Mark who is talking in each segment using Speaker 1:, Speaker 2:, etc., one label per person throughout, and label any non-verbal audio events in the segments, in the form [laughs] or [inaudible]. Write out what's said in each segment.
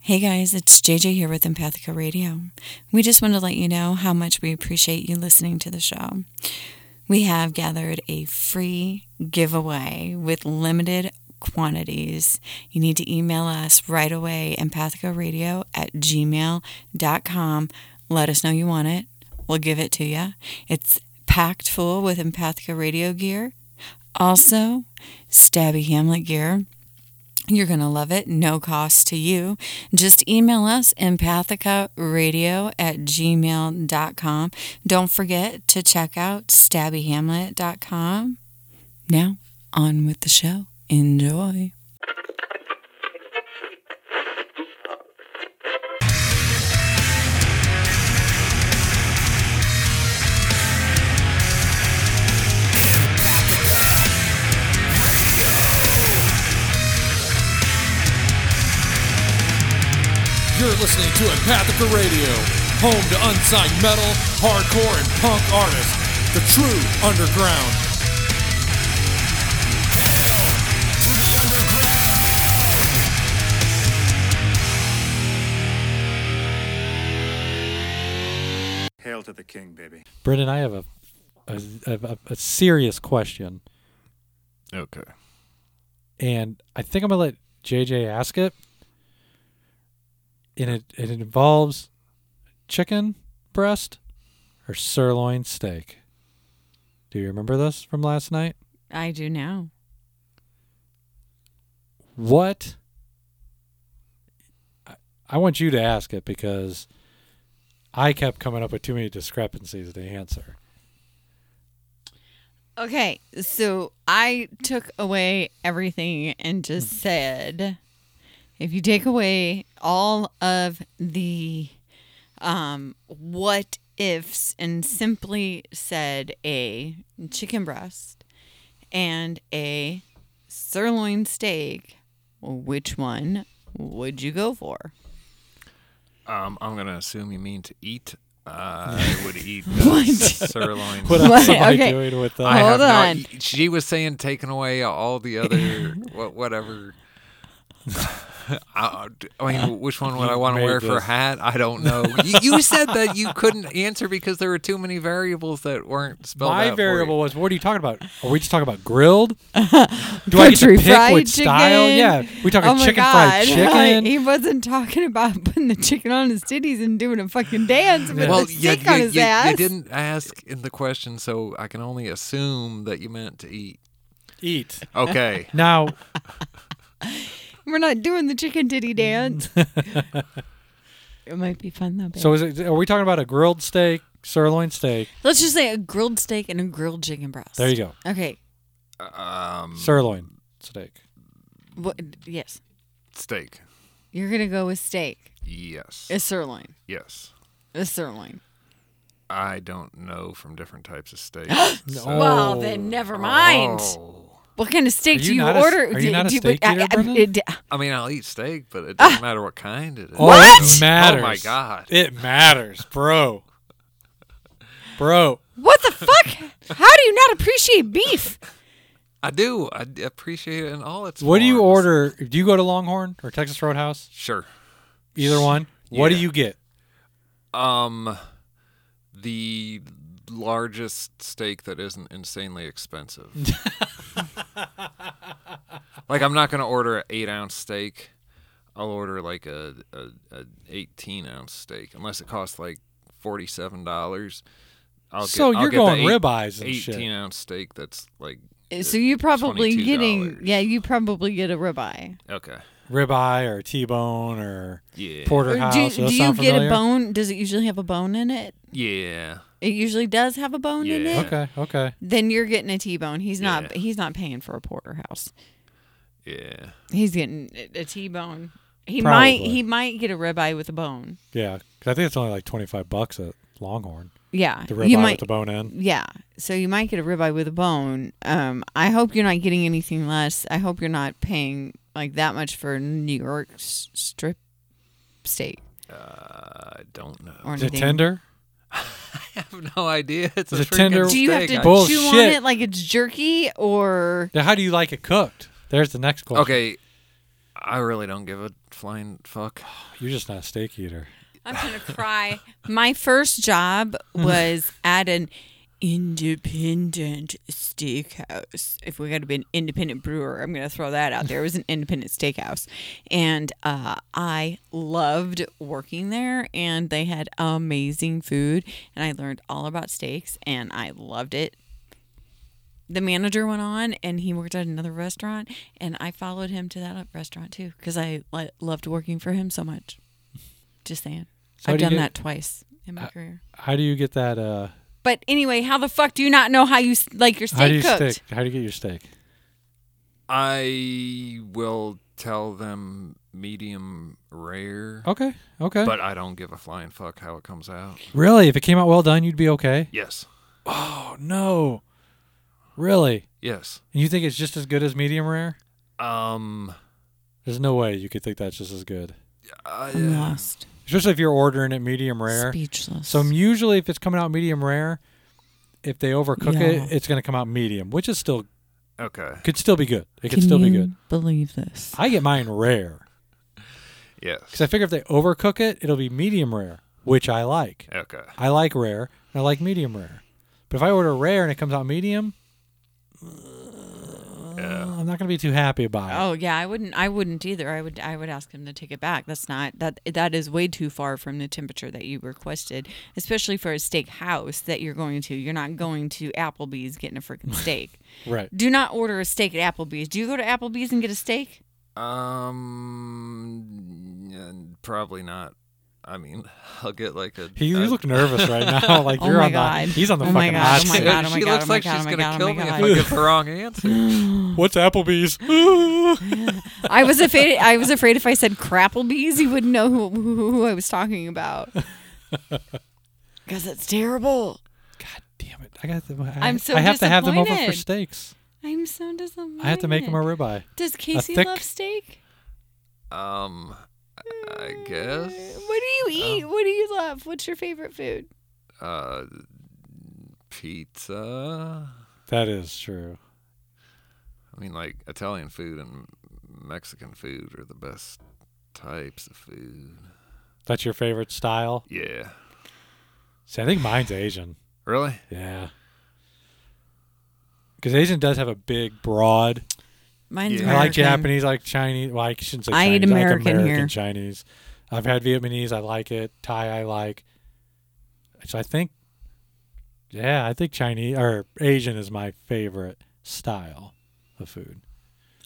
Speaker 1: Hey guys, it's JJ here with Empathica Radio. We just want to let you know how much we appreciate you listening to the show. We have gathered a free giveaway with limited quantities. You need to email us right away, empathicaradio at gmail.com. Let us know you want it. We'll give it to you. It's packed full with Empathica Radio gear. Also, Stabby Hamlet gear. You're going to love it, no cost to you. Just email us empathicaradio at gmail.com. Don't forget to check out stabbyhamlet.com. Now, on with the show. Enjoy.
Speaker 2: You're listening to Empathica Radio, home to unsigned metal, hardcore, and punk artists, the true underground.
Speaker 3: Hail to the king, baby.
Speaker 4: Brendan, I have a a, a, a serious question,
Speaker 5: Okay.
Speaker 4: and I think I'm gonna let JJ ask it. And it it involves chicken breast or sirloin steak. Do you remember this from last night?
Speaker 1: I do now.
Speaker 4: What? I- I want you to ask it because I kept coming up with too many discrepancies to answer.
Speaker 6: Okay, so I took away everything and just said if you take away all of the um, what ifs and simply said a chicken breast and a sirloin steak, which one would you go for?
Speaker 5: Um, I'm gonna assume you mean to eat. I
Speaker 4: [laughs]
Speaker 5: would eat the sirloin.
Speaker 4: What else
Speaker 6: What?
Speaker 4: am I
Speaker 6: Okay.
Speaker 4: doing with uh,
Speaker 5: I
Speaker 4: that?
Speaker 6: Hold
Speaker 5: have no-
Speaker 6: on.
Speaker 5: she was saying taking away all the
Speaker 4: [laughs]
Speaker 5: other wha- whatever. [laughs] I, I mean, which one would I want to
Speaker 4: made
Speaker 5: wear for a
Speaker 4: this.
Speaker 5: hat? I don't know. You, you said that you couldn't answer because there were too many variables that weren't spelled out.
Speaker 4: My
Speaker 5: for you.
Speaker 4: variable was what are you talking about? Are we just talking about
Speaker 6: [laughs]
Speaker 4: grilled? Do I get to
Speaker 6: Country
Speaker 4: pick
Speaker 6: fried
Speaker 4: which style?
Speaker 6: chicken.
Speaker 4: Yeah, we talking
Speaker 6: oh my
Speaker 4: chicken
Speaker 6: God.
Speaker 4: fried chicken.
Speaker 6: [laughs] Like, he wasn't talking about putting the chicken on his titties and doing a fucking dance with
Speaker 5: Well,
Speaker 6: the
Speaker 5: you,
Speaker 6: stick on
Speaker 5: you-
Speaker 6: his
Speaker 5: you- you
Speaker 6: ass.
Speaker 5: didn't ask in the question, so I can only assume that you meant to eat.
Speaker 4: Eat
Speaker 5: Okay.
Speaker 4: now.
Speaker 6: We're not doing the chicken titty
Speaker 4: [laughs]
Speaker 6: dance. it might be fun though. Babe.
Speaker 4: So is it, are we talking about a grilled steak, sirloin steak?
Speaker 1: Let's just say a grilled steak and a grilled chicken breast.
Speaker 4: There you go,
Speaker 1: Okay.
Speaker 5: Um,
Speaker 4: sirloin steak.
Speaker 6: what, yes,
Speaker 5: steak.
Speaker 6: you're gonna go with steak,
Speaker 5: Yes.
Speaker 6: a sirloin,
Speaker 5: yes.
Speaker 6: a sirloin.
Speaker 5: I don't know from different types of steaks.
Speaker 4: Oh,
Speaker 5: so-
Speaker 1: Well, then never mind.
Speaker 5: Oh.
Speaker 6: What kind of steak
Speaker 4: Are
Speaker 6: do
Speaker 4: you
Speaker 6: you
Speaker 4: not a-
Speaker 6: order?
Speaker 4: are
Speaker 6: do-
Speaker 4: you not a
Speaker 6: do-
Speaker 4: steak
Speaker 6: I-
Speaker 4: eater,
Speaker 6: I-
Speaker 4: Brendan?
Speaker 6: it-
Speaker 5: I mean, I'll eat steak, but it doesn't matter what kind it is.
Speaker 4: Oh, it matters.
Speaker 5: Oh my god.
Speaker 4: it matters, bro. Bro,
Speaker 6: what the fuck? How do you not appreciate beef?
Speaker 5: I do. I d- appreciate it in all its.
Speaker 4: what do you
Speaker 5: forms.
Speaker 4: order? Do you go to Longhorn or Texas Roadhouse?
Speaker 5: Sure.
Speaker 4: Either one. What do
Speaker 5: Yeah.
Speaker 4: you get?
Speaker 5: Um, the largest steak that isn't insanely
Speaker 4: [laughs]
Speaker 5: expensive. like I'm not gonna order an eight ounce steak. I'll order like a, a, a eighteen ounce steak unless it costs like forty seven dollars. I'll
Speaker 4: So
Speaker 5: get, I'll
Speaker 4: you're
Speaker 5: get
Speaker 4: going
Speaker 5: the eight-
Speaker 4: ribeyes and shit.
Speaker 5: eighteen ounce steak that's like
Speaker 6: So you probably getting
Speaker 5: $22.
Speaker 6: yeah, you probably get a ribeye.
Speaker 5: okay.
Speaker 4: Ribeye or T-bone or
Speaker 5: Yeah.
Speaker 4: porterhouse.
Speaker 6: do
Speaker 4: Does that
Speaker 6: do you
Speaker 4: sound
Speaker 6: get a
Speaker 4: familiar?
Speaker 6: bone? Does it usually have a bone in it?
Speaker 5: yeah.
Speaker 6: It usually does have a bone in
Speaker 5: Yeah.
Speaker 6: it.
Speaker 4: Okay, okay.
Speaker 6: Then you're getting a T-bone. He's not.
Speaker 5: Yeah.
Speaker 6: He's not paying for a porterhouse.
Speaker 5: Yeah.
Speaker 6: He's getting a a T-bone. He
Speaker 4: Probably.
Speaker 6: might he might get a ribeye with a bone.
Speaker 4: Yeah, 'cause I think it's only like twenty five bucks at Longhorn.
Speaker 6: Yeah,
Speaker 4: The
Speaker 6: you
Speaker 4: ribeye
Speaker 6: might.
Speaker 4: with the bone in.
Speaker 6: yeah, so you might get a ribeye with a bone. Um, I hope you're not getting anything less. I hope you're not paying like that much for New York s- strip steak
Speaker 5: I don't know.
Speaker 6: or
Speaker 4: Is it
Speaker 6: anything.
Speaker 4: tender?
Speaker 5: [laughs] I have no idea. It's a,
Speaker 4: Is it
Speaker 5: freaking
Speaker 4: tender?
Speaker 6: Do you have
Speaker 5: steak.
Speaker 6: to
Speaker 5: I-
Speaker 4: Bull-
Speaker 6: chew on
Speaker 4: Bullshit.
Speaker 6: it like it's jerky or?
Speaker 4: Now, how do you like it cooked? There's the next question.
Speaker 5: Okay. I really don't give a flying fuck.
Speaker 4: You're just not a steak eater.
Speaker 6: I'm gonna cry. My first job was at an independent steakhouse. If we gotta be an independent brewer, I'm gonna throw that out there. It was an independent steakhouse, and uh, I loved working there. And they had amazing food, and I learned all about steaks, and I loved it. The manager went on, and he worked at another restaurant, and I followed him to that restaurant too because I li- loved working for him so much. Just saying.
Speaker 4: So how
Speaker 6: I've
Speaker 4: do you
Speaker 6: done
Speaker 4: get- Uh,
Speaker 6: that twice in my career.
Speaker 4: How do you get that? Uh,
Speaker 6: But anyway, how the fuck do you not know how you s- like your steak
Speaker 4: how do you
Speaker 6: cooked?
Speaker 4: steak? How do you get your steak?
Speaker 5: I will tell them medium rare,
Speaker 4: Okay, okay.
Speaker 5: but I don't give a flying fuck how it comes out.
Speaker 4: really, if it came out well done, you'd be okay.
Speaker 5: Yes.
Speaker 4: Oh no, really?
Speaker 5: Yes.
Speaker 4: And you think it's just as good as medium rare?
Speaker 5: Um
Speaker 4: There's no way you could think that's just as good,
Speaker 5: I,
Speaker 6: I'm lost,
Speaker 4: especially if you're ordering it medium rare.
Speaker 6: speechless.
Speaker 4: So usually, if it's coming out medium rare, if they overcook
Speaker 6: Yeah.
Speaker 4: it, it's going to come out medium, which is still
Speaker 5: okay.
Speaker 4: could still be good. It
Speaker 6: Can
Speaker 4: could still
Speaker 6: you
Speaker 4: be good.
Speaker 6: Believe this?
Speaker 4: I get mine rare
Speaker 5: Yes.
Speaker 4: because I figure if they overcook it, it'll be medium rare, which I like.
Speaker 5: Okay.
Speaker 4: I like rare and I like medium rare. But if I order rare and it comes out medium,
Speaker 6: Uh.
Speaker 5: Yeah.
Speaker 4: I'm not going to be too happy about it.
Speaker 6: Oh yeah, I wouldn't. I wouldn't either. I would. I would ask him to take it back. That's not that. That is way too far from the temperature that you requested, especially for a steak house that you're going to. You're not going to Applebee's getting a freaking [laughs] steak.
Speaker 4: Right.
Speaker 6: Do not order a steak at Applebee's. Do you go to Applebee's and get a steak?
Speaker 5: Um n- probably not. I mean, [laughs] I'll get like a
Speaker 4: He, you
Speaker 5: a- [laughs]
Speaker 4: look nervous right now. Like
Speaker 6: Oh
Speaker 4: you're
Speaker 6: my
Speaker 4: on
Speaker 6: God.
Speaker 4: the he's on the
Speaker 6: Oh my
Speaker 4: fucking
Speaker 6: God,
Speaker 4: hot
Speaker 6: oh my
Speaker 4: seat.
Speaker 6: God, oh my
Speaker 5: she
Speaker 6: God,
Speaker 5: looks
Speaker 6: oh my
Speaker 5: like
Speaker 6: God,
Speaker 5: she's
Speaker 6: oh my
Speaker 5: gonna
Speaker 6: God, oh
Speaker 5: kill
Speaker 6: my
Speaker 5: me
Speaker 6: God.
Speaker 5: if I
Speaker 6: [laughs]
Speaker 5: give the wrong answer.
Speaker 4: What's Applebee's? Ooh.
Speaker 6: I was [laughs] afraid. I was afraid if I said crapplebees, he wouldn't know who, who, who I was talking [laughs] about. Because it's terrible.
Speaker 4: God damn it! I got the. I,
Speaker 6: I'm so
Speaker 4: I have to have them over for
Speaker 6: disappointed.
Speaker 4: steaks.
Speaker 6: I'm so disappointed.
Speaker 4: I have to make them a ribeye.
Speaker 6: Does Casey
Speaker 4: thick-
Speaker 6: love steak?
Speaker 5: Um I guess
Speaker 6: What do you eat? what do you love? What's your favorite food?
Speaker 5: uh pizza.
Speaker 4: That is true.
Speaker 5: I mean, like Italian food and Mexican food are the best types of food.
Speaker 4: That's your favorite style.
Speaker 5: Yeah.
Speaker 4: See, I think mine's Asian.
Speaker 5: Really?
Speaker 4: Yeah. Because Asian does have a big, broad.
Speaker 6: Mine's
Speaker 5: Yeah.
Speaker 4: I like Japanese. I like Chinese. Well, I shouldn't say
Speaker 6: I
Speaker 4: Chinese.
Speaker 6: eat American
Speaker 4: I like American
Speaker 6: here.
Speaker 4: Chinese. I've had Vietnamese. I like it. Thai. I like. So I think. Yeah, I think Chinese or Asian is my favorite style of food.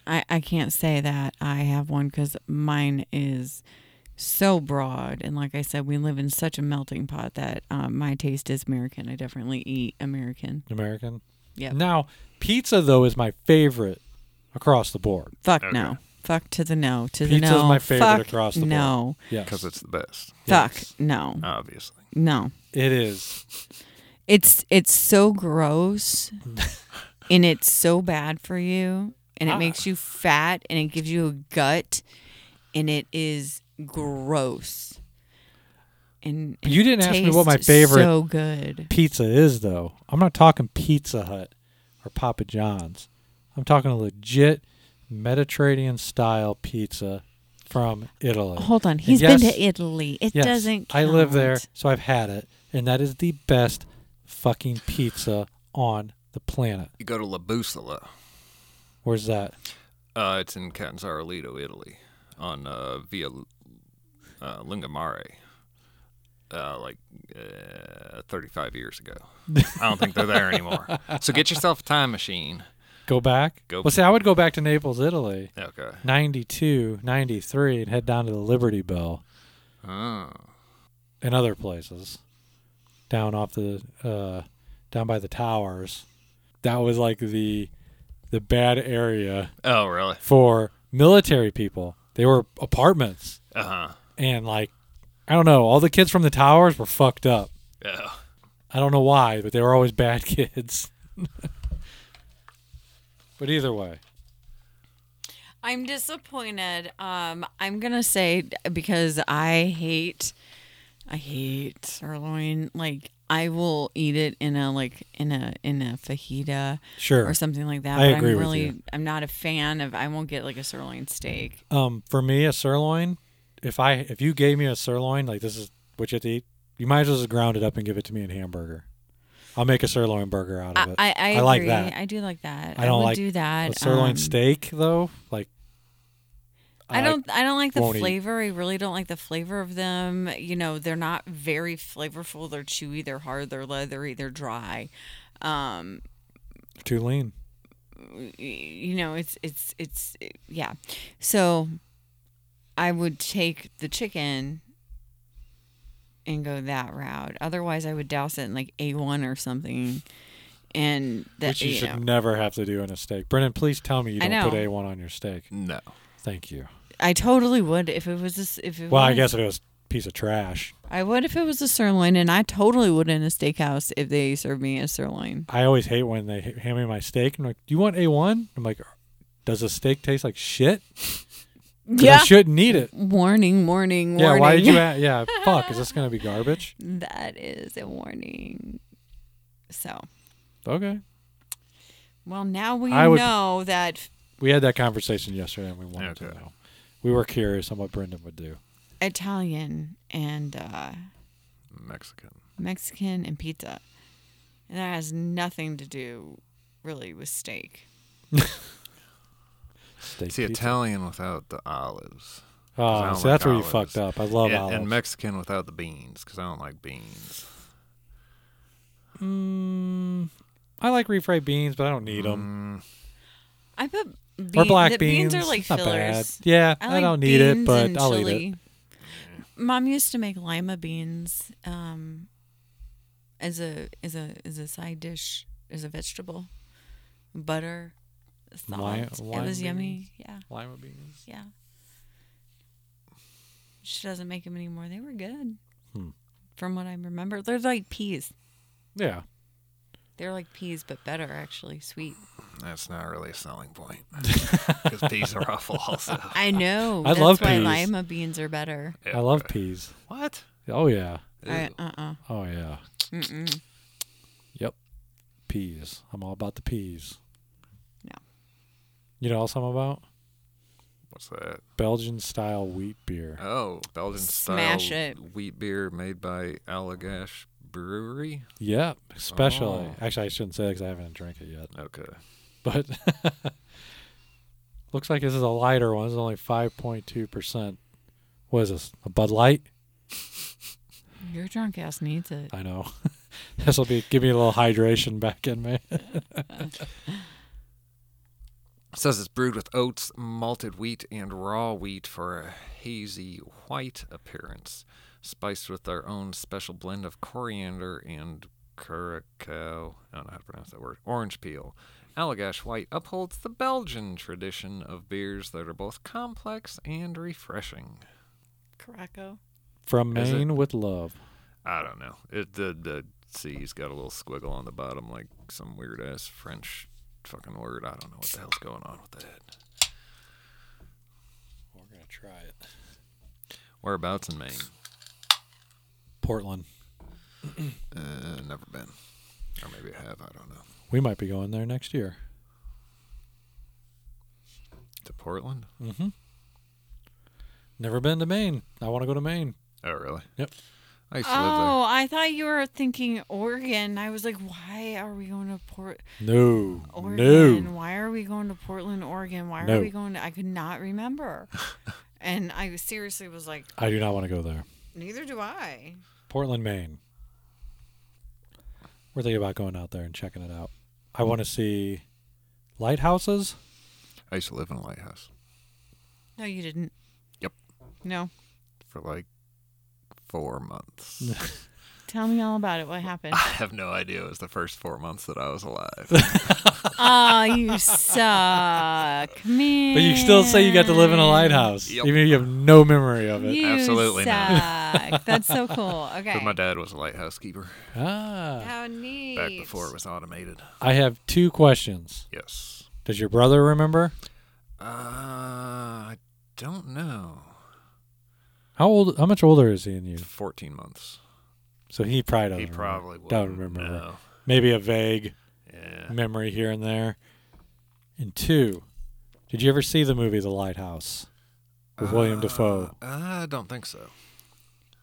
Speaker 6: I, I can't say that I have one because mine is so broad. And like I said, we live in such a melting pot that um, my taste is American. I definitely eat American.
Speaker 4: American.
Speaker 6: Yep.
Speaker 4: Now, pizza though is my favorite across the board.
Speaker 6: Fuck no. Fuck to the no. To the
Speaker 4: Pizza's
Speaker 6: no.
Speaker 4: my favorite
Speaker 6: Fuck
Speaker 4: across the board.
Speaker 6: no.
Speaker 4: Yes.
Speaker 5: Because it's the best,
Speaker 6: Fuck
Speaker 4: Yes.
Speaker 6: no.
Speaker 5: obviously.
Speaker 6: No.
Speaker 4: It is.
Speaker 6: It's it's so gross
Speaker 4: Mm.
Speaker 6: [laughs] and it's so bad for you and it
Speaker 4: Ah.
Speaker 6: makes you fat and it gives you a gut and it is gross. And,
Speaker 4: But you
Speaker 6: it
Speaker 4: didn't ask me what my
Speaker 6: tastes
Speaker 4: favorite-
Speaker 6: So good.
Speaker 4: Pizza is though. I'm not talking Pizza Hut or Papa John's. I'm talking a legit Mediterranean style pizza from Italy.
Speaker 6: Hold on,
Speaker 4: And
Speaker 6: he's been
Speaker 4: yes-
Speaker 6: to Italy. It
Speaker 4: yes,
Speaker 6: doesn't.
Speaker 4: I live there,
Speaker 6: count.
Speaker 4: so I've had it, and that is the best fucking pizza on the planet.
Speaker 5: You go to La Bussola.
Speaker 4: Where's that?
Speaker 5: Uh, it's in Catanzarolito, Italy, on uh, Via uh, Lungomare, uh, like uh, 35 years ago. I don't think they're there anymore. So get yourself a time machine.
Speaker 4: Go back.
Speaker 5: Go-
Speaker 4: Well, see, I would go back to Naples, Italy.
Speaker 5: Okay.
Speaker 4: 92, 93 and head down to the Liberty Bell
Speaker 5: Oh.
Speaker 4: and other places down off the uh, down by the towers. That was like the the bad area
Speaker 5: Oh, really?
Speaker 4: for military people. They were apartments
Speaker 5: Uh huh.
Speaker 4: and like I don't know, all the kids from the towers were fucked up.
Speaker 5: Yeah.
Speaker 4: I don't know why, but they were always bad [laughs] kids. but either way,
Speaker 6: I'm disappointed. Um, I'm gonna say because I hate I hate sirloin. Like I will eat it in a like in a in a fajita
Speaker 4: Sure.
Speaker 6: or something like that.
Speaker 4: I
Speaker 6: but
Speaker 4: agree
Speaker 6: I'm
Speaker 4: with
Speaker 6: really
Speaker 4: you.
Speaker 6: I'm not a fan of I won't get like a sirloin steak.
Speaker 4: Um, for me, a sirloin. If I if you gave me a sirloin, like this is what you have to eat, you might as well just ground it up and give it to me in hamburger. I'll make a sirloin burger out of
Speaker 6: I,
Speaker 4: it.
Speaker 6: I, I,
Speaker 4: like
Speaker 6: agree.
Speaker 4: that.
Speaker 6: I do like that.
Speaker 4: I don't
Speaker 6: would
Speaker 4: like
Speaker 6: do that.
Speaker 4: a sirloin
Speaker 6: um,
Speaker 4: steak though, like
Speaker 6: I don't. I don't like the
Speaker 4: won't eat.
Speaker 6: flavor. I really don't like the flavor of them. You know, they're not very flavorful. They're chewy. They're hard. They're leathery. They're dry. Um,
Speaker 4: too lean.
Speaker 6: y- you know, it's it's it's yeah. So, I would take the chicken and go that route. Otherwise, I would douse it in like a one or something, and that
Speaker 4: Which you
Speaker 6: you
Speaker 4: should
Speaker 6: know,
Speaker 4: never have to do in a steak. Brennan, please tell me you
Speaker 6: I
Speaker 4: don't put
Speaker 6: know.
Speaker 4: A1 on your steak.
Speaker 5: No.
Speaker 4: Thank you.
Speaker 6: I totally would if it was this. If it
Speaker 4: Well, I
Speaker 6: was-
Speaker 4: guess if it was a piece of trash.
Speaker 6: I would if it was a sirloin, and I totally would in a steakhouse if they served me a sirloin.
Speaker 4: I always hate when they h- hand me my steak and like, "Do you want A1?" I'm like, "Does the steak taste like shit?" [laughs] 'Cause I shouldn't eat it.
Speaker 6: Warning, warning, warning.
Speaker 4: Yeah, why did you? a yeah, fuck. Is this gonna be garbage?
Speaker 6: [laughs]
Speaker 5: [laughs]
Speaker 6: that is a warning. So,
Speaker 4: Okay.
Speaker 6: well, now we
Speaker 4: I would-
Speaker 6: know that
Speaker 4: We had that conversation yesterday, and we wanted to
Speaker 5: Okay.
Speaker 4: know. We were curious on what Brendan would do.
Speaker 6: Italian and uh,
Speaker 5: Mexican.
Speaker 6: Mexican and pizza, and that has nothing to do really with steak.
Speaker 4: Steak
Speaker 5: See,
Speaker 4: pizza.
Speaker 5: Italian without the olives. 'cause I
Speaker 4: Oh,
Speaker 5: don't
Speaker 4: so that's
Speaker 5: like
Speaker 4: where you
Speaker 5: olives.
Speaker 4: fucked up. I love
Speaker 5: and,
Speaker 4: olives.
Speaker 5: and Mexican without the beans because I don't like beans.
Speaker 4: Mm, I like refried beans, but I don't need them.
Speaker 5: Mm.
Speaker 6: I put beans.
Speaker 4: or black
Speaker 6: the
Speaker 4: beans.
Speaker 6: beans are like
Speaker 4: it's not
Speaker 6: fillers.
Speaker 4: Bad. Yeah, I,
Speaker 6: I, like
Speaker 4: don't need it,
Speaker 6: beans
Speaker 4: but
Speaker 6: and
Speaker 4: I'll
Speaker 6: chili.
Speaker 4: eat it.
Speaker 6: Mom used to make lima beans um, as a as a as a side dish as a vegetable, butter, salt.
Speaker 4: Li-
Speaker 6: it
Speaker 4: lima
Speaker 6: was yummy.
Speaker 4: beans?
Speaker 6: Yeah,
Speaker 4: Lima beans.
Speaker 6: yeah. She doesn't make them anymore. They were good,
Speaker 4: Hmm.
Speaker 6: from what I remember. They're like peas.
Speaker 4: Yeah.
Speaker 6: They're like peas, but better actually, sweet.
Speaker 5: That's not really a selling point
Speaker 4: [laughs]
Speaker 5: because peas are awful. Also,
Speaker 6: I know.
Speaker 4: I
Speaker 6: That's
Speaker 4: love
Speaker 6: why
Speaker 4: peas.
Speaker 6: lima beans are better.
Speaker 5: Yeah.
Speaker 4: I love peas.
Speaker 5: what?
Speaker 4: Oh yeah.
Speaker 6: I, uh-uh.
Speaker 4: Oh yeah.
Speaker 6: Mm-mm.
Speaker 4: Yep. Peas. I'm all about the peas.
Speaker 6: No.
Speaker 4: You know what else I'm about?
Speaker 5: What's that?
Speaker 4: Belgian style wheat beer.
Speaker 5: Oh, Belgian
Speaker 6: Smash
Speaker 5: style
Speaker 6: it.
Speaker 5: wheat beer made by Allagash Brewery.
Speaker 4: Yep. Especially.
Speaker 5: Oh.
Speaker 4: Actually, I shouldn't say because I haven't drank it yet. [laughs]
Speaker 5: Okay.
Speaker 4: But looks like this is a lighter one. This is only 5.2 percent. What is this? A Bud Light?
Speaker 6: Your drunk ass needs it.
Speaker 4: I know. [laughs] this will be give me a little hydration back in me. [laughs]
Speaker 5: It says it's brewed with oats, malted wheat, and raw wheat for a hazy white appearance, spiced with their own special blend of coriander and curacao. I don't know how to pronounce that word. Orange peel. Allagash White upholds the Belgian tradition of beers that are both complex and refreshing.
Speaker 6: Caraco.
Speaker 4: From
Speaker 5: Is it?
Speaker 4: Maine with love.
Speaker 5: I don't know. It the the C's got a little squiggle on the bottom, like some weird ass French fucking word. I don't know what the hell's going on with that.
Speaker 4: We're gonna try it.
Speaker 5: Whereabouts in Maine?
Speaker 4: Portland.
Speaker 5: Uh, never been, or maybe I have. I don't know.
Speaker 4: We might be going there next year.
Speaker 5: To Portland?
Speaker 4: Never been to Maine. I want to go to Maine.
Speaker 5: Oh, really?
Speaker 4: Yep.
Speaker 5: I used to
Speaker 6: Oh, I thought you were thinking Oregon. I was like, why are we going to Port
Speaker 4: No.
Speaker 6: Oregon?
Speaker 4: No.
Speaker 6: Why are we going to Portland, Oregon? Why
Speaker 4: No.
Speaker 6: are we going to I could not
Speaker 4: [laughs]
Speaker 6: remember. and I seriously was like,
Speaker 4: I do not want to go there.
Speaker 6: neither do I.
Speaker 4: Portland, Maine. We're thinking about going out there and checking it out. I want to see lighthouses.
Speaker 5: live. I used to live in a lighthouse
Speaker 6: No, you didn't.
Speaker 5: Yep.
Speaker 6: No.
Speaker 5: for like four
Speaker 4: [laughs]
Speaker 5: months.
Speaker 6: Tell me all about it. What happened?
Speaker 5: [laughs] I have no idea. It was the first four months that I was alive.
Speaker 6: oh, you suck. Man.
Speaker 4: But you still say you got to live in a lighthouse,
Speaker 5: Yep.
Speaker 4: even if you have no memory of it.
Speaker 6: You
Speaker 5: Absolutely
Speaker 6: suck. not. That's so
Speaker 5: [laughs]
Speaker 6: cool. Okay.
Speaker 5: But my dad was a lighthouse keeper
Speaker 4: Ah.
Speaker 6: How neat.
Speaker 5: back before it was automated.
Speaker 4: I have two questions.
Speaker 5: Yes.
Speaker 4: Does your brother remember?
Speaker 5: Uh, I don't know.
Speaker 4: How old? How much older is he than you?
Speaker 5: 14 months.
Speaker 4: So he probably doesn't.
Speaker 5: He
Speaker 4: remember.
Speaker 5: probably would.
Speaker 4: Don't remember. Maybe a vague
Speaker 5: Yeah.
Speaker 4: memory here and there. And two, did you ever see the movie The Lighthouse with William Defoe?
Speaker 5: Uh, I don't think so.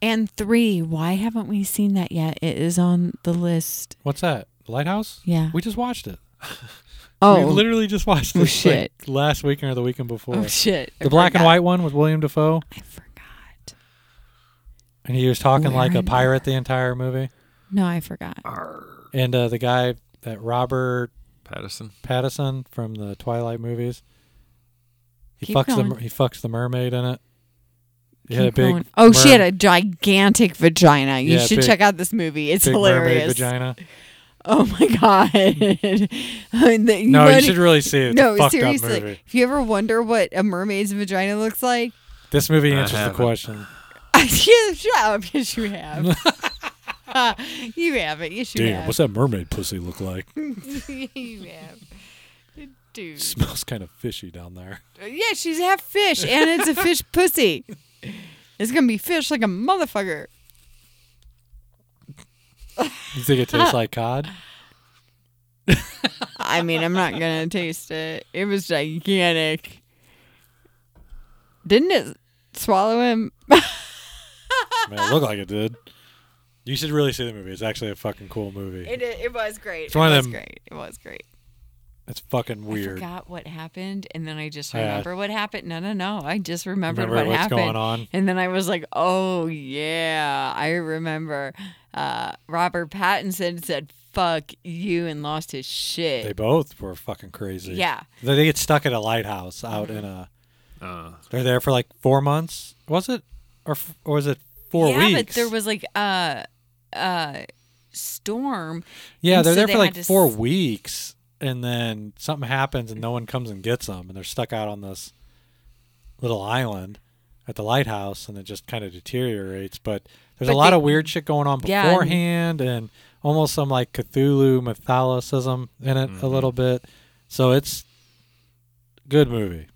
Speaker 6: And three, why haven't we seen that yet? It is on the list.
Speaker 4: What's that? The Lighthouse?
Speaker 6: Yeah.
Speaker 4: We just watched it. We
Speaker 6: Oh,
Speaker 4: literally just watched it like,
Speaker 6: shit.
Speaker 4: last weekend or the weekend before.
Speaker 6: oh shit. I
Speaker 4: the black and
Speaker 6: forgot.
Speaker 4: white one with William Defoe,
Speaker 6: I forgot.
Speaker 4: and he was talking
Speaker 6: Where
Speaker 4: like a
Speaker 6: in
Speaker 4: pirate the entire movie.
Speaker 6: No, I forgot.
Speaker 4: And uh, the guy that Robert
Speaker 5: Pattison.
Speaker 4: Pattison from the Twilight movies, he
Speaker 6: Keep
Speaker 4: fucks
Speaker 6: going.
Speaker 4: the he fucks the mermaid in it. He
Speaker 6: Keep
Speaker 4: had a big
Speaker 6: going. oh, she had
Speaker 4: mer-
Speaker 6: a gigantic vagina. You
Speaker 4: Yeah,
Speaker 6: should
Speaker 4: big-
Speaker 6: check out this movie. It's
Speaker 4: big mermaid
Speaker 6: hilarious.
Speaker 4: vagina.
Speaker 6: Oh my [laughs] god. I mean, the- you
Speaker 4: No,
Speaker 6: know-
Speaker 4: you should really see it. It's a
Speaker 6: no,
Speaker 4: fucked
Speaker 6: seriously.
Speaker 4: up movie.
Speaker 6: If you ever wonder what a mermaid's vagina looks like, [laughs]
Speaker 4: This movie
Speaker 5: I
Speaker 4: answers the
Speaker 5: haven't.
Speaker 4: question.
Speaker 6: yeah, shut up. [laughs] Yes, you have. you have it. Yes, you have.
Speaker 4: that mermaid pussy look like?
Speaker 6: [laughs] you have. Dude.
Speaker 4: smells kind of fishy down there.
Speaker 6: Yeah, she's half fish, and it's a fish [laughs] pussy. It's gonna be fish like a motherfucker.
Speaker 4: You think it tastes like cod?
Speaker 6: I mean, I'm not gonna taste it. It was gigantic. Didn't it swallow him?
Speaker 4: I mean, it looked like it did. You should really see the movie. It's actually a fucking cool movie.
Speaker 6: It it was great.
Speaker 4: It's one
Speaker 6: it was
Speaker 4: of them
Speaker 6: great. It was great.
Speaker 4: it's fucking
Speaker 6: I
Speaker 4: weird.
Speaker 6: forgot what happened, and then I just
Speaker 4: Oh, yeah.
Speaker 6: remember what happened. No, no, no. I just remembered
Speaker 4: Remember
Speaker 6: what
Speaker 4: what's
Speaker 6: happened.
Speaker 4: going on?
Speaker 6: And then I was like, oh, yeah, I remember. Uh, Robert Pattinson said, fuck you, and lost his shit.
Speaker 4: They both were fucking crazy.
Speaker 6: Yeah.
Speaker 4: They they get stuck at a lighthouse out in a.
Speaker 5: Uh,
Speaker 4: They're there for like four months. Was it, or f- or was it four
Speaker 6: yeah,
Speaker 4: weeks?
Speaker 6: but there was like a uh, uh, storm.
Speaker 4: Yeah,
Speaker 6: and
Speaker 4: they're
Speaker 6: so
Speaker 4: there
Speaker 6: they
Speaker 4: for
Speaker 6: had
Speaker 4: like
Speaker 6: to
Speaker 4: four
Speaker 6: s-
Speaker 4: weeks, and then something happens, and no one comes and gets them, and they're stuck out on this little island at the lighthouse, and it just kind of deteriorates. But there's
Speaker 6: But
Speaker 4: a lot
Speaker 6: they-
Speaker 4: of weird shit going on
Speaker 6: Yeah, and-
Speaker 4: beforehand, and almost some like Cthulhu mythologism in it a little
Speaker 5: Mm-hmm.
Speaker 4: bit. So it's good movie.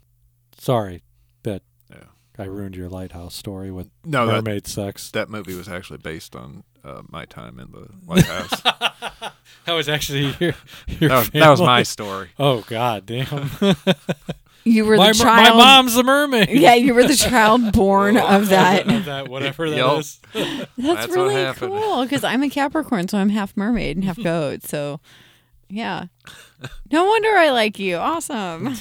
Speaker 4: Sorry that
Speaker 5: Yeah.
Speaker 4: I ruined your lighthouse story with
Speaker 5: no, that,
Speaker 4: mermaid sex.
Speaker 5: that movie was actually based on uh, my time in the
Speaker 4: [laughs]
Speaker 5: lighthouse. that,
Speaker 4: That was actually [laughs] your, your
Speaker 5: was, that was
Speaker 4: family.
Speaker 5: my
Speaker 4: [laughs]
Speaker 5: story.
Speaker 4: Oh god damn. [laughs]
Speaker 6: You were
Speaker 4: my,
Speaker 6: the
Speaker 4: mer-
Speaker 6: child.
Speaker 4: my mom's a
Speaker 6: [laughs]
Speaker 4: mermaid.
Speaker 6: Yeah, you were the child born of that.
Speaker 4: [laughs] Of [laughs] that whatever that
Speaker 5: Yup.
Speaker 4: is.
Speaker 6: That's,
Speaker 5: That's what
Speaker 6: really
Speaker 5: happened.
Speaker 6: cool because I'm a Capricorn, so I'm half mermaid and half goat. So, yeah. No wonder I like you. Awesome.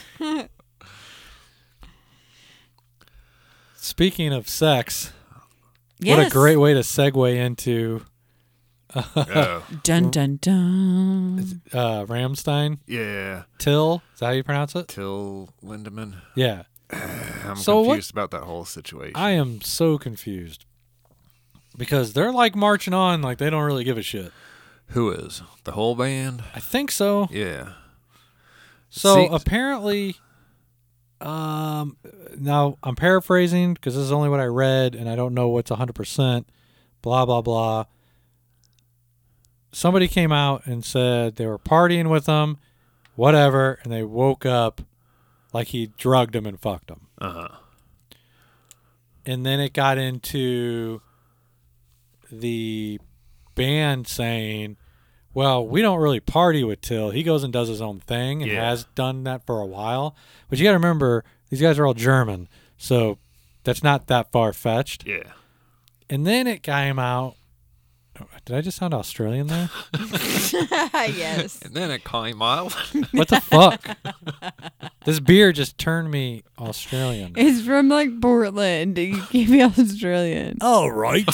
Speaker 4: Speaking of sex,
Speaker 6: Yes.
Speaker 4: what a great way to segue into
Speaker 5: Oh,
Speaker 6: dun dun dun. [laughs]
Speaker 4: uh, Ramstein.
Speaker 5: yeah.
Speaker 4: Till is that how you pronounce it?
Speaker 5: Till Lindemann.
Speaker 4: Yeah,
Speaker 5: I'm
Speaker 4: So what-
Speaker 5: confused about that whole situation.
Speaker 4: I am so confused because they're like marching on, like they don't really give a shit.
Speaker 5: Who is? The whole band?
Speaker 4: I think so.
Speaker 5: Yeah.
Speaker 4: So
Speaker 5: See-
Speaker 4: apparently, um, now I'm paraphrasing because this is only what I read, and I don't know what's 100. percent Blah blah blah. Somebody came out and said they were partying with him, whatever, and they woke up like he drugged him and fucked him.
Speaker 5: Uh huh.
Speaker 4: And then it got into the band saying, "Well, we don't really party with Till. He goes and does his own thing and
Speaker 5: Yeah.
Speaker 4: has done that for a while." But you got to remember, these guys are all German, so that's not that far fetched.
Speaker 5: Yeah.
Speaker 4: And then it came out. oh, Did I just sound Australian there?
Speaker 5: [laughs]
Speaker 6: yes.
Speaker 5: And then it came out.
Speaker 4: What the fuck? this beer just turned me Australian.
Speaker 6: It's from like Portland. You [laughs] can't be Australian.
Speaker 4: All right.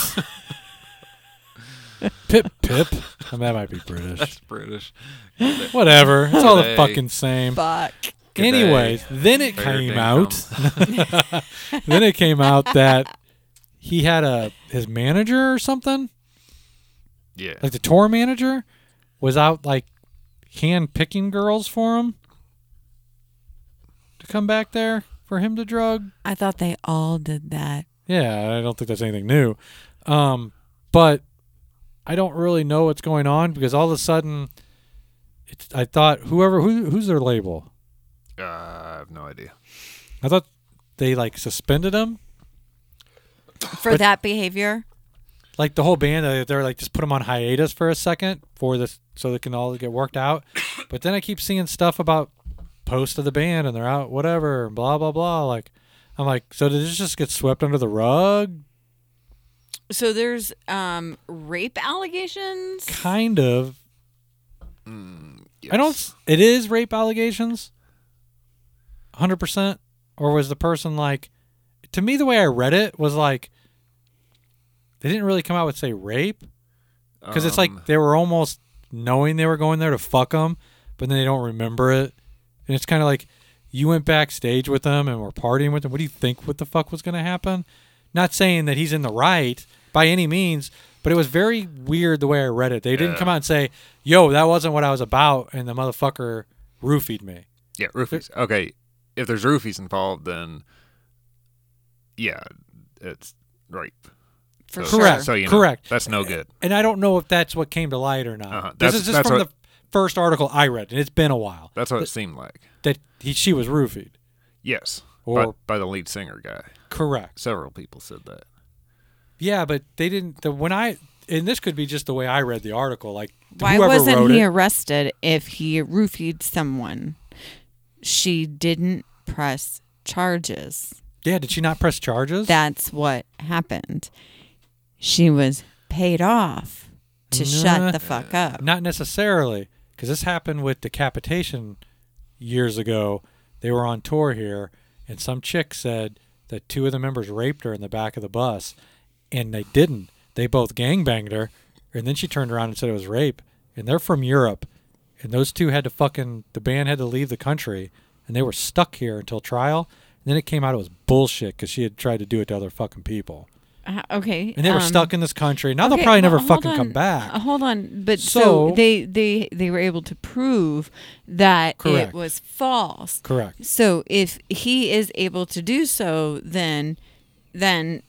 Speaker 4: pip pip. I mean, that might be
Speaker 5: [laughs]
Speaker 4: British.
Speaker 5: That's British.
Speaker 4: Whatever. It's all the
Speaker 5: G'day.
Speaker 4: fucking same.
Speaker 6: Fuck.
Speaker 5: G'day.
Speaker 4: Anyways, then it
Speaker 5: Fair
Speaker 4: came
Speaker 5: dinkum.
Speaker 4: out. then it came out [laughs] that he had a his manager or something,
Speaker 5: Yeah.
Speaker 4: like the tour manager, was out like hand picking girls for him to come back there for him to drug.
Speaker 6: I thought they all did that.
Speaker 4: Yeah, I don't think that's anything new. Um, but I don't really know what's going on because all of a sudden, it's, I thought whoever who who's their label.
Speaker 5: Uh, I have no idea.
Speaker 4: I thought they like suspended him
Speaker 1: for that behavior.
Speaker 4: like the whole band uh, they're like just put them on hiatus for a second for this so they can all get worked out but then i keep seeing stuff about post of the band and they're out whatever blah blah blah like i'm like so did this just get swept under the rug
Speaker 6: So there's um rape allegations.
Speaker 4: kind of
Speaker 5: Mm,
Speaker 4: i don't s- it is rape allegations 100% or was the person like to me the way i read it was like they didn't really come out with say rape because it's
Speaker 5: Um,
Speaker 4: like they were almost knowing they were going there to fuck them, but then they don't remember it, and it's kind of like you went backstage with them and were partying with them. What do you think? What the fuck was going to happen? Not saying that he's in the right by any means, but it was very weird the way I read it. They didn't
Speaker 5: Yeah.
Speaker 4: come out and say, "Yo, that wasn't what I was about," and the motherfucker roofied me.
Speaker 5: Yeah, roofies. Okay, if there's roofies involved, then yeah, it's rape.
Speaker 6: For
Speaker 5: So-
Speaker 4: Correct.
Speaker 5: So you know,
Speaker 4: correct. Uh,
Speaker 5: That's no good.
Speaker 4: And I don't know if that's what came to light or not.
Speaker 5: Uh-huh.
Speaker 4: This
Speaker 5: That's-
Speaker 4: is just
Speaker 5: that's
Speaker 4: from
Speaker 5: what-
Speaker 4: the first article I read, and it's been a while
Speaker 5: That's what it seemed like.
Speaker 4: that he, she was roofied.
Speaker 5: Yes,
Speaker 4: Or-
Speaker 5: by, by the lead singer guy.
Speaker 4: Correct.
Speaker 5: Several people said that.
Speaker 4: Yeah, but they didn't. The, when I and this could be just the way I read the article. Like
Speaker 6: Why
Speaker 4: whoever
Speaker 6: wasn't
Speaker 4: wrote
Speaker 6: he
Speaker 4: it,
Speaker 6: arrested if he roofied someone? She didn't press charges.
Speaker 4: yeah, did she not press charges?
Speaker 6: That's what happened. She was paid off to shut the fuck up.
Speaker 4: not necessarily, because this happened with decapitation years ago. They were on tour here, and some chick said that two of the members raped her in the back of the bus, and they didn't. They both gangbanged her, and then she turned around and said it was rape. And they're from Europe, and those two had to fucking the band had to leave the country, and they were stuck here until trial. And then it came out it was bullshit because she had tried to do it to other fucking people.
Speaker 6: Uh, Okay.
Speaker 4: and they were
Speaker 6: um,
Speaker 4: stuck in this country. Now
Speaker 6: okay,
Speaker 4: they'll probably
Speaker 6: well,
Speaker 4: never
Speaker 6: hold
Speaker 4: fucking come
Speaker 6: on,
Speaker 4: back.
Speaker 6: uh, Hold on, but so,
Speaker 4: So-
Speaker 6: they they they were able to prove that
Speaker 4: Correct.
Speaker 6: it was false.
Speaker 4: Correct.
Speaker 6: So if he is able to do so, then then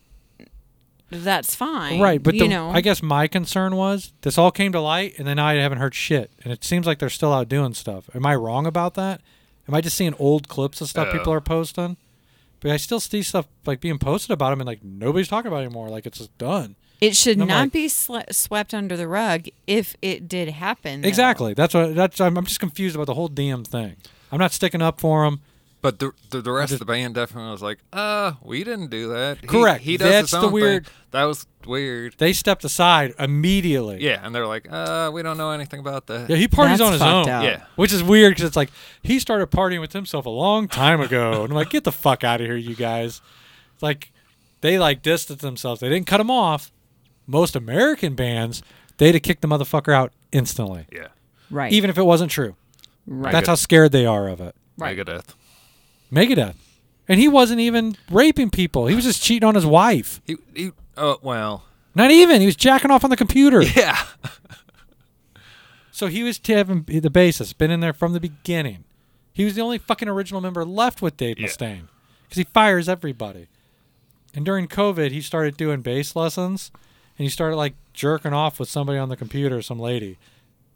Speaker 6: that's fine,
Speaker 4: Right, but
Speaker 6: you
Speaker 4: the,
Speaker 6: know,
Speaker 4: I guess my concern was this all came to light, and then I haven't heard shit, and it seems like they're still out doing stuff. Am I wrong about that? Am I just seeing old clips of stuff
Speaker 5: Yeah.
Speaker 4: people are posting? But I still see stuff like being posted about them, and like nobody's talking about it anymore. Like it's just done.
Speaker 6: it should
Speaker 4: I'm
Speaker 6: not
Speaker 4: like-
Speaker 6: be sle- swept under the rug if it did happen. though.
Speaker 4: Exactly. That's what. That's. I'm, I'm just confused about the whole damn thing. I'm not sticking up for them.
Speaker 5: But the the, the rest of the band definitely was like, uh, we didn't do that. He-
Speaker 4: Correct.
Speaker 5: He, does
Speaker 4: That's
Speaker 5: his
Speaker 4: the
Speaker 5: own thing.
Speaker 4: weird-
Speaker 5: That was weird.
Speaker 4: They stepped aside immediately.
Speaker 5: Yeah, and they're like, uh, we don't know anything about that.
Speaker 4: Yeah, he parties
Speaker 6: That's
Speaker 4: on his
Speaker 6: fucked
Speaker 4: own.
Speaker 6: up.
Speaker 5: Yeah.
Speaker 4: Which is weird because it's like he started partying with himself a long time ago, and I'm like, get the fuck out of here, you guys. It's like they like distanced themselves. They didn't cut him off. Most American bands, they'd have kicked the motherfucker out instantly,
Speaker 5: yeah.
Speaker 6: Right.
Speaker 4: even if it wasn't true.
Speaker 6: right.
Speaker 4: That's how scared they are of it.
Speaker 6: Right.
Speaker 5: Megadeth.
Speaker 4: Megadeth, and he wasn't even raping people. He was just cheating on his wife.
Speaker 5: He he. Oh
Speaker 4: [laughs]
Speaker 5: well.
Speaker 4: Not even. He was jacking off on the computer.
Speaker 5: Yeah.
Speaker 4: So he was Tevin, the bassist, been in there from the beginning. He was the only fucking original member left with Dave
Speaker 5: Yeah.
Speaker 4: Mustaine because he fires everybody. And during COVID, he started doing bass lessons, and he started like jerking off with somebody on the computer, some lady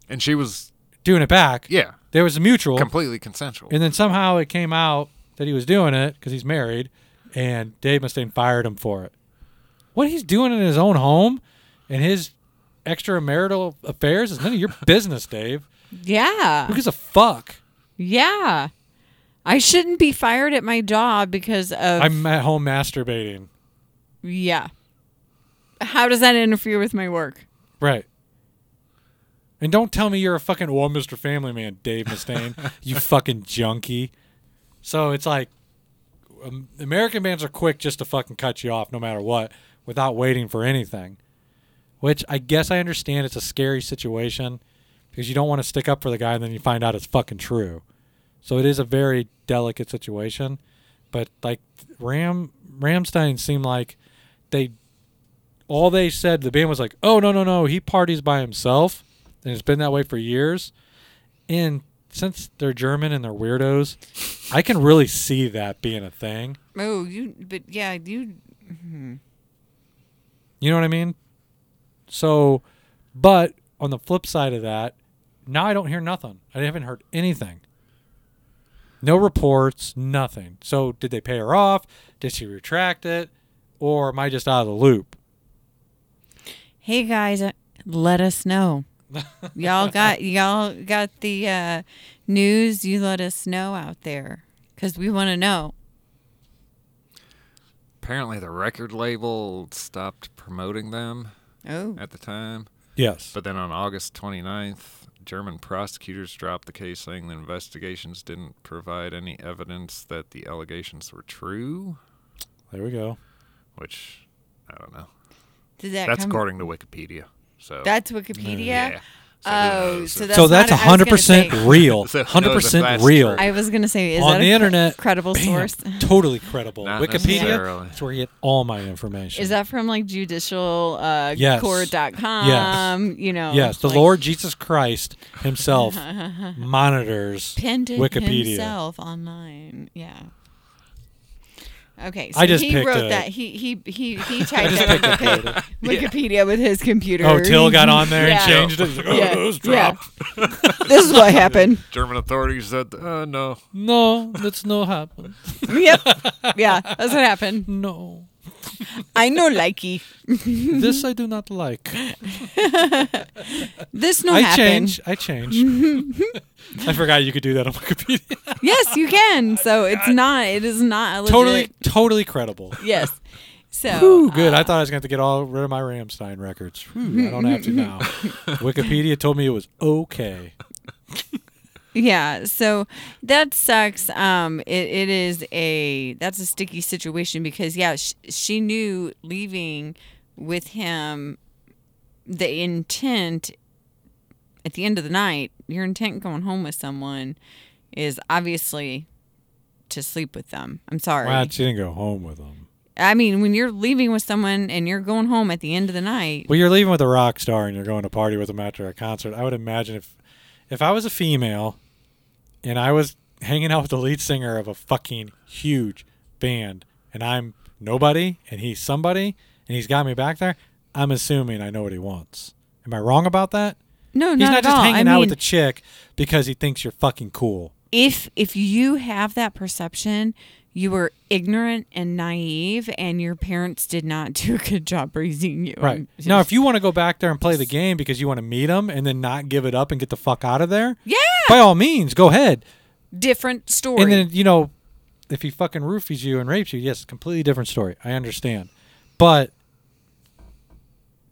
Speaker 5: And she was
Speaker 4: doing it back.
Speaker 5: yeah
Speaker 4: there was a mutual,
Speaker 5: completely consensual.
Speaker 4: and then somehow it came out that he was doing it because he's married, and Dave Mustaine fired him for it. What he's doing in his own home and his extramarital affairs is
Speaker 5: [laughs]
Speaker 4: none of your business, Dave.
Speaker 6: yeah.
Speaker 4: Who gives a fuck?
Speaker 6: Yeah. I shouldn't be fired at my job because of
Speaker 4: I'm at home masturbating.
Speaker 6: yeah. How does that interfere with my work?
Speaker 4: Right. And don't tell me you're a fucking well, Mr. Family Man, Dave Mustaine. you fucking junkie. So it's like um, American bands are quick just to fucking cut you off no matter what without waiting for anything. Which I guess I understand it's a scary situation because you don't want to stick up for the guy and then you find out it's fucking true. So it is a very delicate situation. But like Ram Ramstein seemed like they all they said the band was like, "Oh no no no, he parties by himself," and it's been that way for years. And since they're German and they're weirdos, I can really see that being a thing.
Speaker 6: Oh, you but yeah, you
Speaker 4: You know what I mean? So, but on the flip side of that, now I don't hear nothing. I haven't heard anything. No reports, nothing. So, did they pay her off? Did she retract it? or am I just out of the loop?
Speaker 6: Hey guys, uh, let us
Speaker 5: [laughs]
Speaker 6: know. y'all got y'all got the uh, news. You let us know out there because we want to know.
Speaker 5: Apparently, the record label stopped promoting them
Speaker 6: Oh,
Speaker 5: at the time.
Speaker 4: Yes.
Speaker 5: But then on August 29th, German prosecutors dropped the case, saying the investigations didn't provide any evidence that the allegations were true.
Speaker 4: there we go.
Speaker 5: Which I don't know.
Speaker 6: did that
Speaker 5: That's
Speaker 6: come?
Speaker 5: according to Wikipedia. So
Speaker 6: That's Wikipedia.
Speaker 5: yeah. So who
Speaker 6: Oh,
Speaker 5: knows?
Speaker 6: so
Speaker 5: It-
Speaker 6: that's
Speaker 4: so that's
Speaker 6: not- I was gonna
Speaker 4: 100%
Speaker 6: say-
Speaker 4: real.
Speaker 5: So who knows if
Speaker 4: 100%
Speaker 5: that's
Speaker 4: real.
Speaker 5: true.
Speaker 6: I was gonna say, is
Speaker 4: On
Speaker 6: that
Speaker 4: the
Speaker 6: a cre-
Speaker 4: internet.
Speaker 6: credible
Speaker 4: Bam, [laughs]
Speaker 6: source?
Speaker 4: totally credible.
Speaker 5: Not
Speaker 4: Wikipedia,
Speaker 5: necessarily.
Speaker 4: that's where you get all my information.
Speaker 6: Is that from like judicial uh,
Speaker 4: Yes.
Speaker 6: court.com? You know,
Speaker 4: Yes, the
Speaker 6: like,
Speaker 4: Lord Jesus Christ himself
Speaker 6: [laughs]
Speaker 4: monitors
Speaker 6: pinned it
Speaker 4: Wikipedia.
Speaker 6: himself online. Yeah. Okay, so
Speaker 4: I just
Speaker 6: he
Speaker 4: picked
Speaker 6: wrote
Speaker 4: a-
Speaker 6: that. He he he
Speaker 4: [laughs]
Speaker 6: he typed in Wikipedia, Wikipedia with his computer.
Speaker 4: Oh, Till got on there
Speaker 6: Yeah.
Speaker 4: and changed it. He's like, oh,
Speaker 6: [laughs] Yeah,
Speaker 4: [laughs] those
Speaker 6: yeah. [laughs]
Speaker 4: dropped.
Speaker 6: this is what
Speaker 4: [laughs]
Speaker 6: happened.
Speaker 5: German authorities said, uh, no.
Speaker 4: No, that's no happen.
Speaker 6: Yep. Yeah, that's what happened.
Speaker 4: No,
Speaker 6: I know likey.
Speaker 4: this I do
Speaker 6: [laughs]
Speaker 4: not like.
Speaker 6: This no
Speaker 4: I
Speaker 6: happen.
Speaker 4: change. I change.
Speaker 6: [laughs]
Speaker 4: [laughs] I forgot you could do that on Wikipedia.
Speaker 6: Yes, you
Speaker 4: [laughs]
Speaker 6: can. So it's not. It is not a legit.
Speaker 4: totally, totally credible.
Speaker 6: Yes. So
Speaker 4: Ooh, good.
Speaker 6: Uh,
Speaker 4: I thought I was going to get all rid of my Ramstein records. Whew, I don't have
Speaker 6: [laughs]
Speaker 4: to now. Wikipedia told me it was okay.
Speaker 6: Yeah, so that sucks. Um, it, it is a that's a sticky situation because yeah, sh- she knew leaving with him the intent at the end of the night. Your intent going home with someone is obviously to sleep with them. I'm sorry.
Speaker 4: Well, she didn't go home with them.
Speaker 6: I mean, when you're leaving with someone and you're going home at the end of the night,
Speaker 4: Well, you're leaving with a rock star and you're going to party with him after a concert. I would imagine if if I was a female and I was hanging out with the lead singer of a fucking huge band and I'm nobody and he's somebody and he's got me back there, I'm assuming I know what he wants. Am I wrong about that?
Speaker 6: no,
Speaker 4: he's
Speaker 6: not,
Speaker 4: not,
Speaker 6: at
Speaker 4: just
Speaker 6: all.
Speaker 4: hanging
Speaker 6: I
Speaker 4: out
Speaker 6: mean,
Speaker 4: with a chick because he thinks you're fucking cool.
Speaker 6: if if you have that perception you were ignorant and naive and your parents did not [laughs] do a good job raising you
Speaker 4: Right.
Speaker 6: I'm
Speaker 4: Now,
Speaker 6: just-
Speaker 4: if you want to go back there and play the game because you want to meet him and then not give it up and get the fuck out of there,
Speaker 6: yeah
Speaker 4: by all means, go ahead.
Speaker 6: different story
Speaker 4: And then you know, if he fucking roofies you and rapes you, yes, completely different story. I understand, but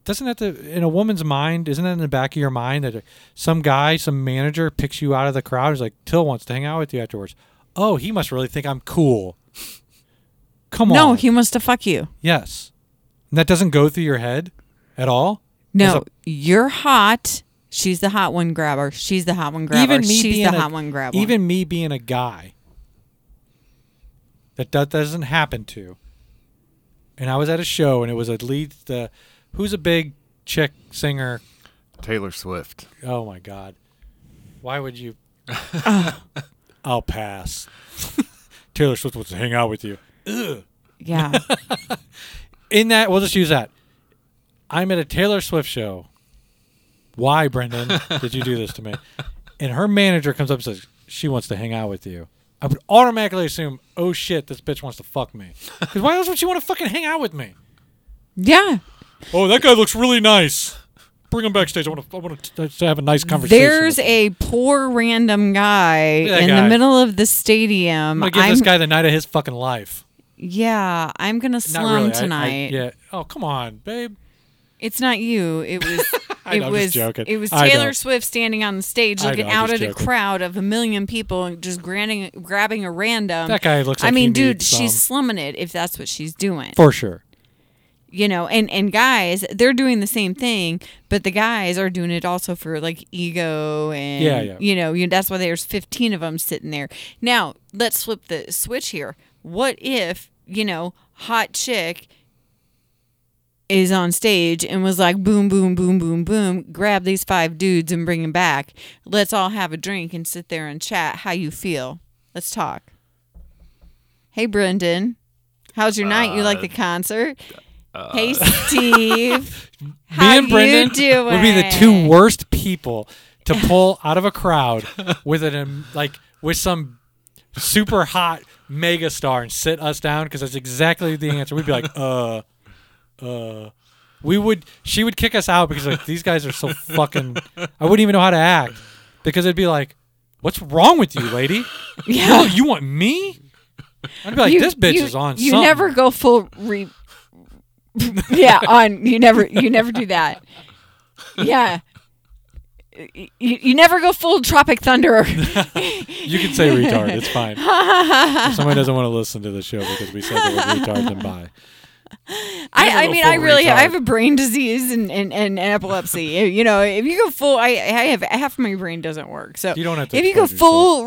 Speaker 4: doesn't that the in a woman's mind? Isn't that in the back of your mind that some guy, some manager, picks you out of the crowd? Is like, Till wants to hang out with you afterwards. Oh, he must really think I'm cool. Come
Speaker 6: no
Speaker 4: on.
Speaker 6: he wants to fuck you
Speaker 4: yes, and that doesn't go through your head at all.
Speaker 6: no
Speaker 4: As
Speaker 6: you're hot she's the hot one grabber she's the hot one grabber
Speaker 4: even me
Speaker 6: she's
Speaker 4: being
Speaker 6: the
Speaker 4: a-
Speaker 6: hot one grabber
Speaker 4: Even me being a guy that that doesn't happen to. And I was at a show, and it was a lead. The who's a big chick singer?
Speaker 5: Taylor Swift.
Speaker 4: Oh my god, why would you? I'll pass. [laughs] Taylor Swift wants to hang out with you. [laughs]
Speaker 6: yeah
Speaker 4: In that, we'll just use that. I'm at a Taylor Swift show. Why, [laughs] Brendan, did you do this to me? And her manager comes up and says, She wants to hang out with you. I would automatically assume, Oh shit, this bitch wants to fuck me. Because why else would she want to fucking hang out with me?
Speaker 6: yeah
Speaker 4: Oh, that guy looks really nice. Bring him backstage. I want to, I want to, to have a nice conversation.
Speaker 6: there's
Speaker 4: with him.
Speaker 6: a poor random guy
Speaker 4: Look at that
Speaker 6: in
Speaker 4: guy.
Speaker 6: the middle of the stadium
Speaker 4: I'm going to give this guy the night of his fucking life.
Speaker 6: yeah i'm gonna
Speaker 4: Not
Speaker 6: slum
Speaker 4: really. I- I-
Speaker 6: tonight
Speaker 4: yeah. Oh, come on, babe.
Speaker 6: It's not you. It was.
Speaker 4: [laughs] I
Speaker 6: It
Speaker 4: know, I'm just
Speaker 6: was.
Speaker 4: joking.
Speaker 6: It was
Speaker 4: I know.
Speaker 6: Taylor Swift standing on the stage,
Speaker 4: I
Speaker 6: looking
Speaker 4: know, I'm
Speaker 6: out
Speaker 4: just
Speaker 6: at a
Speaker 4: joking.
Speaker 6: crowd of a million people, and just granting, grabbing a random.
Speaker 4: That guy looks
Speaker 6: I
Speaker 4: like he
Speaker 6: mean, dude,
Speaker 4: needs
Speaker 6: she's
Speaker 4: some.
Speaker 6: slumming it if that's what she's doing.
Speaker 4: For sure.
Speaker 6: you know, and and guys, they're doing the same thing, but the guys are doing it also for like ego and
Speaker 4: Yeah, yeah.
Speaker 6: you know, you, that's why there's 15 of them sitting there. Now, let's flip the switch here. What if, you know, hot chick is on stage and was like, boom, boom, boom, boom, boom, grab these five dudes and bring them back. Let's all have a drink and sit there and chat how you feel. Let's talk. Hey, Brendan. How's your night? You like
Speaker 4: Uh,
Speaker 6: the concert?
Speaker 4: [laughs]
Speaker 6: hey, Steve. how
Speaker 4: Me and Brendan
Speaker 6: you doing?
Speaker 4: would be the two [laughs] worst people to pull out of a crowd with an um, like with some super hot megastar and sit us down because that's exactly the answer. We'd be like, [laughs] uh, uh, we would. She would kick us out because like these guys are so fucking. I wouldn't even know how to act because it'd be like, what's wrong with you, lady? Oh,
Speaker 6: Yeah.
Speaker 4: you want me? I'd be like,
Speaker 6: You-
Speaker 4: this bitch
Speaker 6: you-
Speaker 4: is on.
Speaker 6: You
Speaker 4: something.
Speaker 6: never go full re. yeah, on you never you never do that. Yeah. You, you never go full Tropic Thunder.
Speaker 4: You can say
Speaker 6: [laughs]
Speaker 4: retard. It's fine. if somebody doesn't want to listen to the show because we said the word retard, then bye.
Speaker 6: I, I
Speaker 4: go
Speaker 6: mean,
Speaker 4: full
Speaker 6: I really I
Speaker 4: retard.
Speaker 6: have a brain disease and, and, and epilepsy. [laughs] you know, if you go full, I, I have half my brain doesn't work. So
Speaker 4: You don't have to
Speaker 6: if you go
Speaker 4: explain yourself.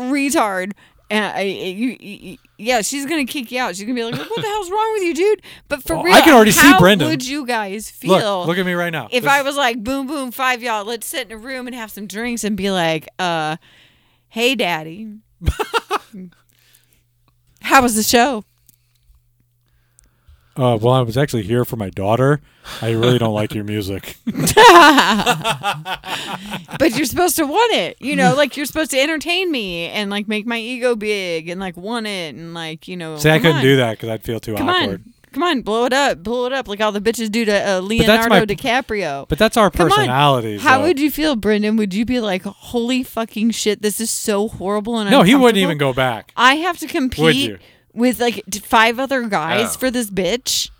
Speaker 6: full retard, uh, I, you, you, yeah, she's gonna kick you out. She's gonna be like, "What the hell's wrong with you, dude?" But for
Speaker 4: Well,
Speaker 6: real,
Speaker 4: I can already see
Speaker 6: how
Speaker 4: Brendan.
Speaker 6: Would you guys feel?
Speaker 4: Look, look at me right now.
Speaker 6: if
Speaker 4: This-
Speaker 6: I was like, boom, boom, five y'all, let's sit in a room and have some drinks and be like, uh, hey,
Speaker 4: [laughs]
Speaker 6: daddy, how was the show?
Speaker 4: Uh, well, I was actually here for my daughter. I really don't like
Speaker 6: [laughs]
Speaker 4: your music.
Speaker 6: But you're supposed to want it, you
Speaker 4: Mm.
Speaker 6: know, like you're supposed to entertain me and like make my ego big and like want it and like, you know,
Speaker 4: See, I
Speaker 6: come
Speaker 4: couldn't
Speaker 6: on.
Speaker 4: do that because I'd feel too
Speaker 6: Come
Speaker 4: awkward.
Speaker 6: on. Come on, blow it up, blow it up, like all the bitches do to uh,
Speaker 4: that's
Speaker 6: Leonardo
Speaker 4: my-
Speaker 6: DiCaprio.
Speaker 4: But that's our
Speaker 6: Come on.
Speaker 4: personalities.
Speaker 6: How
Speaker 4: though.
Speaker 6: would you feel, Brendan? Would you be like, "Holy fucking shit, this is so horrible"? And
Speaker 4: No, he wouldn't
Speaker 6: uncomfortable?
Speaker 4: even go back.
Speaker 6: I have to compete
Speaker 4: you?
Speaker 6: with like d- five other guys
Speaker 5: Oh.
Speaker 6: for this bitch. [laughs]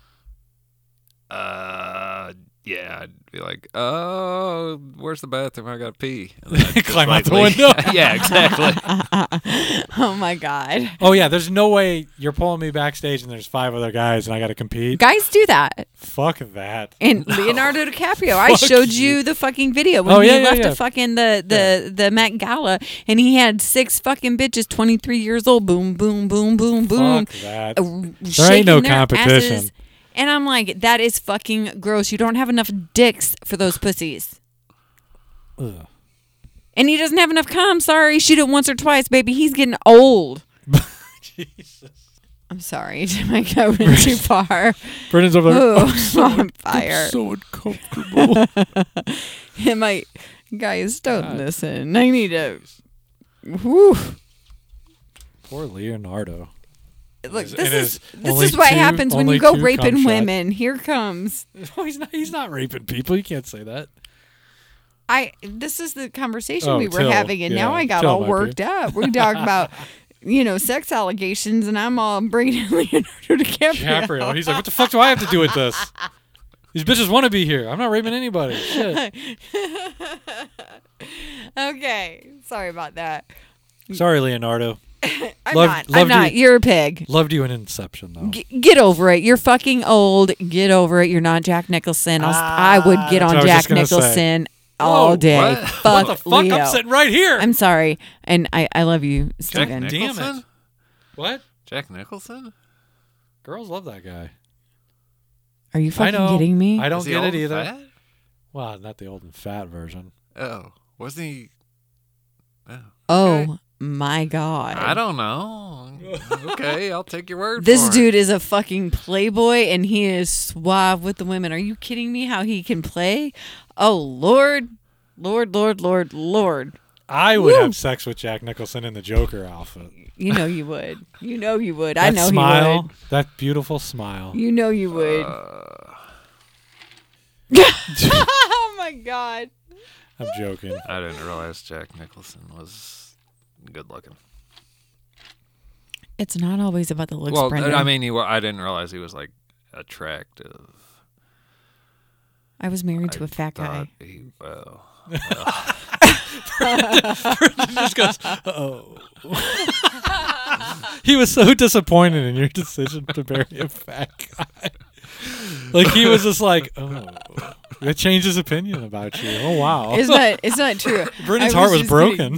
Speaker 5: Uh, yeah, I'd be like, oh, where's the bathroom? I gotta pee. And then I'd just
Speaker 4: Climb out the
Speaker 5: like-
Speaker 4: window.
Speaker 5: [laughs] yeah, exactly.
Speaker 6: [laughs] Oh my god,
Speaker 4: Oh yeah, there's no way you're pulling me backstage and there's five other guys and I got to compete.
Speaker 6: guys do that.
Speaker 4: Fuck that.
Speaker 6: And Leonardo
Speaker 4: [laughs]
Speaker 6: DiCaprio, I
Speaker 4: Fuck
Speaker 6: showed
Speaker 4: you.
Speaker 6: you the fucking video when
Speaker 4: Oh,
Speaker 6: he
Speaker 4: yeah, yeah,
Speaker 6: left
Speaker 4: yeah.
Speaker 6: the fucking the the the Met Gala, and he had six fucking bitches, twenty three years old, boom, boom, boom, boom, boom.
Speaker 4: Fuck that.
Speaker 6: uh,
Speaker 4: There ain't no
Speaker 6: shaking their
Speaker 4: competition.
Speaker 6: asses. And I'm like, that is fucking gross. You don't have enough dicks for those pussies.
Speaker 4: Ugh.
Speaker 6: And he doesn't have enough cum. Sorry, shoot it once or twice, baby. He's getting
Speaker 4: [laughs]
Speaker 6: old. I'm sorry. [laughs] My I went too far.
Speaker 4: Brendan's over there. Oh,
Speaker 6: Ooh, I'm [laughs] on fire. [laughs]
Speaker 4: So uncomfortable.
Speaker 6: And my guys, don't listen. I need to. Whew.
Speaker 4: Poor Leonardo. [laughs]
Speaker 6: Look,
Speaker 4: It
Speaker 6: this
Speaker 4: is
Speaker 6: is this
Speaker 4: only
Speaker 6: is what
Speaker 4: two-
Speaker 6: happens when
Speaker 4: only
Speaker 6: you go
Speaker 4: two
Speaker 6: raping
Speaker 4: cum shots.
Speaker 6: women. Here comes.
Speaker 4: No, he's not. He's not raping people. You can't say that.
Speaker 6: I this is the conversation
Speaker 4: Oh,
Speaker 6: we were
Speaker 4: Till,
Speaker 6: having, and now
Speaker 4: yeah.
Speaker 6: I got
Speaker 4: Till
Speaker 6: all
Speaker 4: might be.
Speaker 6: worked up. We
Speaker 4: [laughs]
Speaker 6: talk about you know sex allegations, and [laughs] I'm all bringing in Leonardo DiCaprio.
Speaker 4: DiCaprio. He's like, what the fuck do I have to do with this? These bitches want to be here. I'm not raping
Speaker 6: [laughs]
Speaker 4: anybody. Shit.
Speaker 6: Okay, sorry about that.
Speaker 4: Sorry, Leonardo.
Speaker 6: I'm
Speaker 4: Love-
Speaker 6: not.
Speaker 4: loved
Speaker 6: I'm not.
Speaker 4: you.
Speaker 6: You're a pig.
Speaker 4: Loved you in Inception though.
Speaker 6: G- Get over it. You're fucking old. Get over it. You're not Jack Nicholson. I'll, I would get
Speaker 4: Ah, that's what I
Speaker 6: on
Speaker 4: was
Speaker 6: Jack
Speaker 4: just gonna say.
Speaker 6: Nicholson all
Speaker 5: Whoa,
Speaker 6: day.
Speaker 5: what?
Speaker 6: Fuck,
Speaker 4: the fuck?
Speaker 6: Leo.
Speaker 4: I'm sitting right here.
Speaker 6: [laughs] I'm sorry, and I, I love you,
Speaker 5: Jack
Speaker 6: Steven.
Speaker 5: Nicholson.
Speaker 4: what?
Speaker 5: Jack Nicholson.
Speaker 4: Girls love that guy.
Speaker 6: Are you
Speaker 4: I
Speaker 6: fucking
Speaker 4: know.
Speaker 6: kidding me?
Speaker 4: I
Speaker 5: Is
Speaker 4: don't
Speaker 5: he
Speaker 4: get
Speaker 5: old
Speaker 4: it
Speaker 5: and
Speaker 4: either. Well, not the old and fat version.
Speaker 5: fat? Oh, wasn't he? Oh.
Speaker 6: oh my god.
Speaker 5: I don't know. [laughs] Okay, I'll take your word.
Speaker 6: This
Speaker 5: for it.
Speaker 6: dude is a fucking playboy and he is suave with the women. Are you kidding me how he can play? Oh lord. Lord, lord, lord, lord.
Speaker 4: I would have sex with Jack Nicholson in the Joker outfit.
Speaker 6: You know you would. You know you would.
Speaker 4: That
Speaker 6: I know
Speaker 4: smile, that beautiful smile.
Speaker 6: he would. You know you would.
Speaker 5: Uh,
Speaker 6: [laughs] oh my god.
Speaker 4: I'm joking.
Speaker 5: I didn't realize Jack Nicholson was good looking.
Speaker 6: It's not always about the looks,
Speaker 5: well,
Speaker 6: Brendan.
Speaker 5: I mean, he. wa- I didn't realize he was like attractive.
Speaker 6: I was married to a fat guy.
Speaker 5: Thought he. Well,
Speaker 4: [laughs] He was so disappointed in your decision to marry a fat guy. Like he was just like, oh, that changed his opinion about you. Oh wow,
Speaker 6: It's not it's not true.
Speaker 4: Brennan's
Speaker 6: I
Speaker 4: heart was
Speaker 6: just
Speaker 4: broken.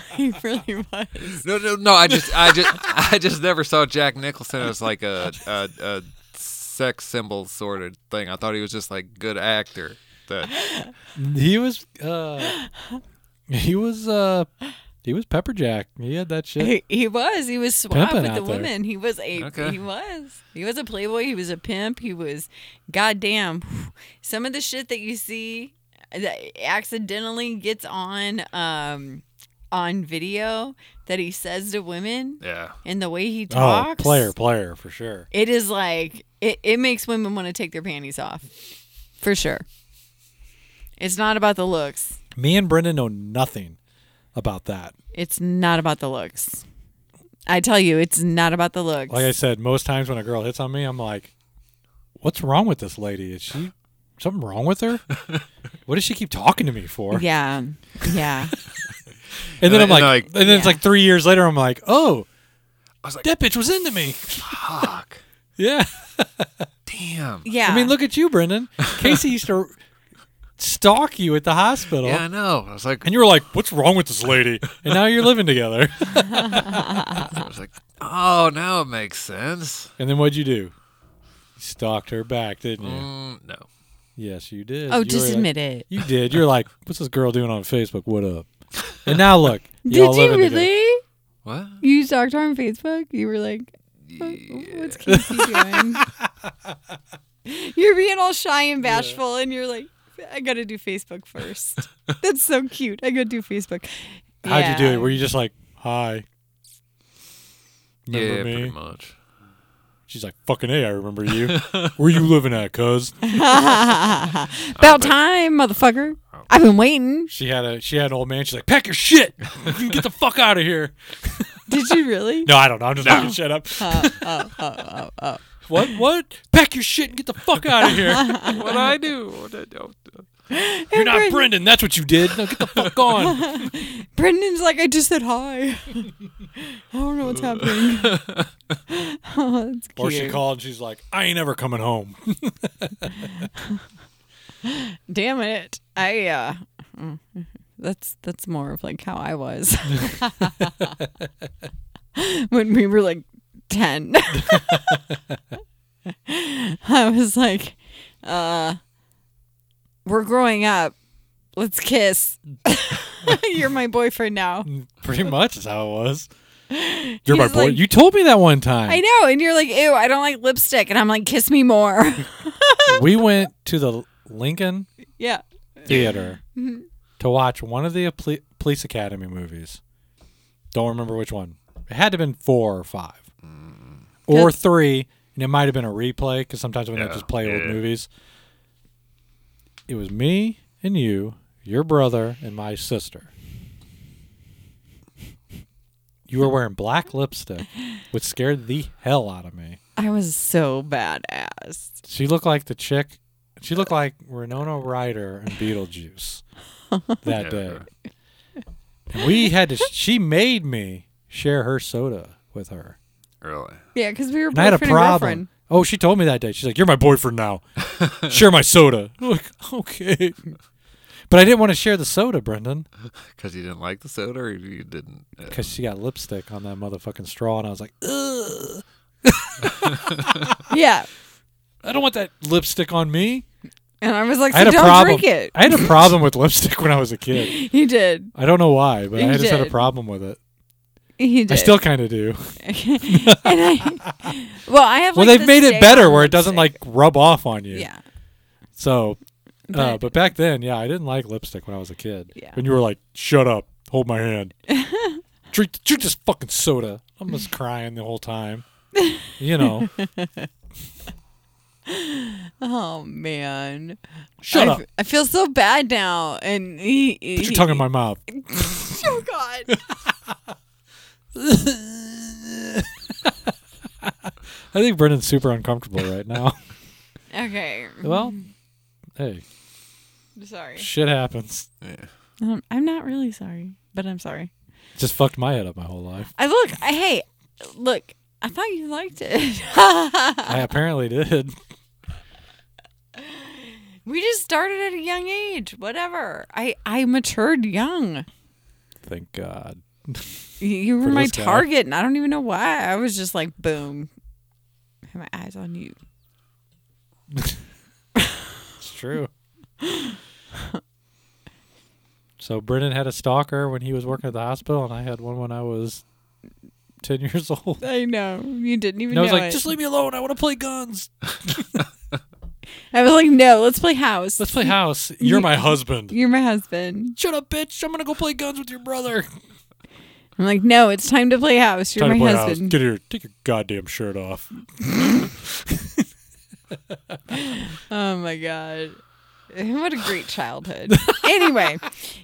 Speaker 6: [laughs] kidding. He really was.
Speaker 5: No, no, no. I just, I just, [laughs] I just never saw Jack Nicholson as like a, a, a sex symbol sort of thing. I thought he was just like good actor. That
Speaker 4: [laughs] He was, uh, he was, uh, he was Pepperjack. He had that shit.
Speaker 6: He, he was. He was suave
Speaker 4: Pimping
Speaker 6: with the
Speaker 4: out there.
Speaker 6: women. He was a
Speaker 5: Okay.
Speaker 6: he was. He was a playboy. He was a pimp. He was goddamn [sighs] some of the shit that you see that accidentally gets on um on video that he says to women
Speaker 5: Yeah.
Speaker 6: and the way he
Speaker 4: Oh,
Speaker 6: talks.
Speaker 4: player, player for sure.
Speaker 6: It is like it, it makes women want to take their panties off. For sure. It's not about the looks.
Speaker 4: Me and Brendan know nothing about that.
Speaker 6: It's not about the looks. I tell you, it's not about the looks.
Speaker 4: Like I said, most times when a girl hits on me, I'm like, "What's wrong with this lady? Is she something wrong with her? What does she keep talking to me for?"
Speaker 6: yeah.
Speaker 4: [laughs]
Speaker 6: Yeah.
Speaker 4: And then
Speaker 5: And
Speaker 4: I'm
Speaker 5: I-
Speaker 4: like,
Speaker 5: and
Speaker 4: and
Speaker 5: like-
Speaker 4: then it's
Speaker 6: Yeah.
Speaker 4: like three years later, I'm like, "Oh,
Speaker 5: I was like,
Speaker 4: that bitch was into me."
Speaker 5: fuck.
Speaker 4: Yeah.
Speaker 5: Damn.
Speaker 6: Yeah.
Speaker 4: I mean, look at you, Brendan. Casey used to stalk you at the hospital.
Speaker 5: Yeah, I know. I was like,
Speaker 4: And you were like, "What's wrong with this lady?" And now you're living together. [laughs]
Speaker 5: I was like, oh, now it makes sense.
Speaker 4: and then what'd you do? You stalked her back, didn't you?
Speaker 5: Mm, no.
Speaker 4: Yes, you did.
Speaker 6: Oh,
Speaker 4: You
Speaker 6: just
Speaker 4: were like-
Speaker 6: admit it.
Speaker 4: You did.
Speaker 6: [laughs]
Speaker 4: You're like, "What's this girl doing on Facebook? What up?" And now look, y'all
Speaker 6: Did you
Speaker 4: living
Speaker 6: really?
Speaker 4: together.
Speaker 5: What?
Speaker 6: You stalked her on Facebook? You were like, "What- what's Casey
Speaker 4: [laughs]
Speaker 6: doing? you're being all shy and bashful, and you're like, I gotta do Facebook
Speaker 4: [laughs]
Speaker 6: first. That's so cute. I gotta do Facebook.
Speaker 4: How'd you do
Speaker 6: Yeah.
Speaker 4: it? Were you just like, "Hi"? Remember
Speaker 5: yeah,
Speaker 4: me?
Speaker 5: pretty much.
Speaker 4: She's like, "Fucking a, I remember
Speaker 5: [laughs]
Speaker 4: you. Where you living at, cuz?"
Speaker 6: [laughs] About time, motherfucker.
Speaker 4: Oh.
Speaker 6: I've been waiting.
Speaker 4: She had a she had an old man. She's like, "Pack your shit. Get the fuck out of here."
Speaker 6: Did you really?
Speaker 4: [laughs]
Speaker 6: Uh,
Speaker 4: No, I don't know. I'm just fucking shut up. What? What? Pack your shit and get the fuck out
Speaker 6: [laughs]
Speaker 4: of here.
Speaker 5: what I do? What I don't do.
Speaker 4: You're not Brendan. That's what you did. Now get the
Speaker 6: [laughs]
Speaker 4: fuck on.
Speaker 6: Brendan's like, I just said hi. [laughs] I don't know what's happening.
Speaker 4: [laughs]
Speaker 6: oh, that's cute.
Speaker 4: Or she called and she's like, I ain't ever coming home.
Speaker 6: Damn it. I uh that's that's more of like how I was. [laughs] when we were like 10. [laughs] I was like uh we're growing up. Let's kiss. [laughs] You're my boyfriend now. [laughs]
Speaker 4: Pretty much is how it was. You're my
Speaker 6: He's
Speaker 4: boy.
Speaker 6: like-
Speaker 4: you told me that one time.
Speaker 6: I know. And you're like, "Ew, I don't like lipstick." And I'm like, "Kiss me more." [laughs]
Speaker 4: We went to the Lincoln
Speaker 6: yeah.
Speaker 5: [laughs]
Speaker 4: Theater
Speaker 5: Mm-hmm.
Speaker 4: to watch one of the Poli- Police Academy movies. Don't remember which one. It had to have been four or five,
Speaker 5: Mm.
Speaker 4: or three, and it might have been a replay because sometimes when they
Speaker 5: Yeah.
Speaker 4: just play old
Speaker 5: Yeah.
Speaker 4: movies. It was me and you, your brother, and my sister. You were wearing black lipstick, which scared the hell out of me.
Speaker 6: I was so badass.
Speaker 4: She looked like the chick. She looked like Renona Ryder in
Speaker 6: [laughs]
Speaker 4: Beetlejuice that day. And we had to. She made me share her soda with her,
Speaker 5: Really?
Speaker 6: Yeah, cuz we were
Speaker 4: and I had a
Speaker 6: boyfriend and
Speaker 4: problem.
Speaker 6: girlfriend.
Speaker 4: Oh, she told me that day. She's like, "You're my boyfriend now. share my soda." I'm like, okay. But I didn't want to share the soda, Brendan,
Speaker 5: Because you didn't like the soda, or you didn't? uh,
Speaker 4: because she got lipstick on that motherfucking straw, and I was like, "Ugh,
Speaker 6: Yeah.
Speaker 4: I don't want that lipstick on me."
Speaker 6: And I was like, so
Speaker 4: I had a
Speaker 6: don't
Speaker 4: problem.
Speaker 6: drink it.
Speaker 4: I had a problem with lipstick when I was a kid.
Speaker 6: He did.
Speaker 4: I don't know why, but I
Speaker 6: You
Speaker 4: just had a
Speaker 6: did.
Speaker 4: problem with it.
Speaker 6: He did.
Speaker 4: I still [laughs] kind of do.
Speaker 6: [laughs] And I- well, I have.
Speaker 4: well,
Speaker 6: like, this
Speaker 4: they've made it
Speaker 6: stain
Speaker 4: better
Speaker 6: on
Speaker 4: where it doesn't like
Speaker 6: lipstick.
Speaker 4: rub off on you.
Speaker 6: Yeah.
Speaker 4: So, uh,
Speaker 6: But-
Speaker 4: but back then, yeah, I didn't like lipstick when I was a kid.
Speaker 6: Yeah.
Speaker 4: When you were like, "Shut up, hold my
Speaker 6: [laughs]
Speaker 4: hand, drink, drink this fucking soda." I'm just crying the
Speaker 6: [laughs]
Speaker 4: whole time. You know,
Speaker 6: Oh man.
Speaker 4: shut
Speaker 6: I
Speaker 4: up.
Speaker 6: f- I feel so bad now, and he.
Speaker 4: Put your tongue in my mouth.
Speaker 6: [laughs]
Speaker 4: [laughs]
Speaker 6: Oh God.
Speaker 4: I think Brendan's super uncomfortable
Speaker 6: [laughs]
Speaker 4: right now.
Speaker 6: okay.
Speaker 4: well, hey,
Speaker 6: Sorry.
Speaker 4: shit happens.
Speaker 6: Um, I'm not really sorry, but I'm sorry.
Speaker 4: Just fucked my head up my whole life.
Speaker 6: I look. I hey, look. I thought you liked it. [laughs]
Speaker 4: I apparently did.
Speaker 6: we just started at a young age. Whatever. I I matured young.
Speaker 4: Thank God.
Speaker 6: You- You were
Speaker 4: for
Speaker 6: my
Speaker 4: this guy.
Speaker 6: target, and I don't even know why. I was just like, boom, had my eyes on you.
Speaker 4: It's true. so Brennan had a stalker when he was working at the hospital, and I had one when I was ten years [laughs] old.
Speaker 6: I know you didn't even
Speaker 4: And I was
Speaker 6: know
Speaker 4: like,
Speaker 6: it.
Speaker 4: "Just leave me alone. I want to play guns.
Speaker 6: I was like, no, let's play house. [laughs]
Speaker 4: Let's play house. You're my husband.
Speaker 6: You're my husband.
Speaker 4: Shut up, bitch. I'm gonna go play guns with your brother."
Speaker 6: I'm like, no, it's time to play house. You're
Speaker 4: Time to
Speaker 6: my
Speaker 4: play house.
Speaker 6: husband.
Speaker 4: Get here. Take your goddamn shirt off.
Speaker 6: Oh my god. [laughs] What a great childhood. anyway,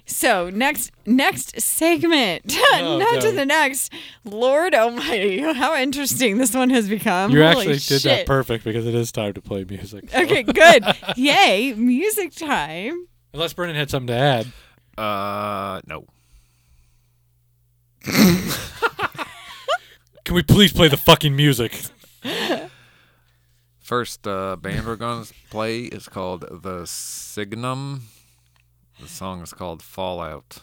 Speaker 6: so next next segment. [laughs] Not to
Speaker 4: Oh, God.
Speaker 6: the next. Lord almighty, how interesting this one has become.
Speaker 4: You
Speaker 6: Holy
Speaker 4: actually did that
Speaker 6: shit.
Speaker 4: perfect because it is time to play music.
Speaker 6: Okay, good. Yay, music time.
Speaker 4: Unless Brennan had something to add.
Speaker 5: Uh, no.
Speaker 4: Can we please play the fucking music?
Speaker 5: First uh, band we're going to play is called The Signum. The song is called Fallout.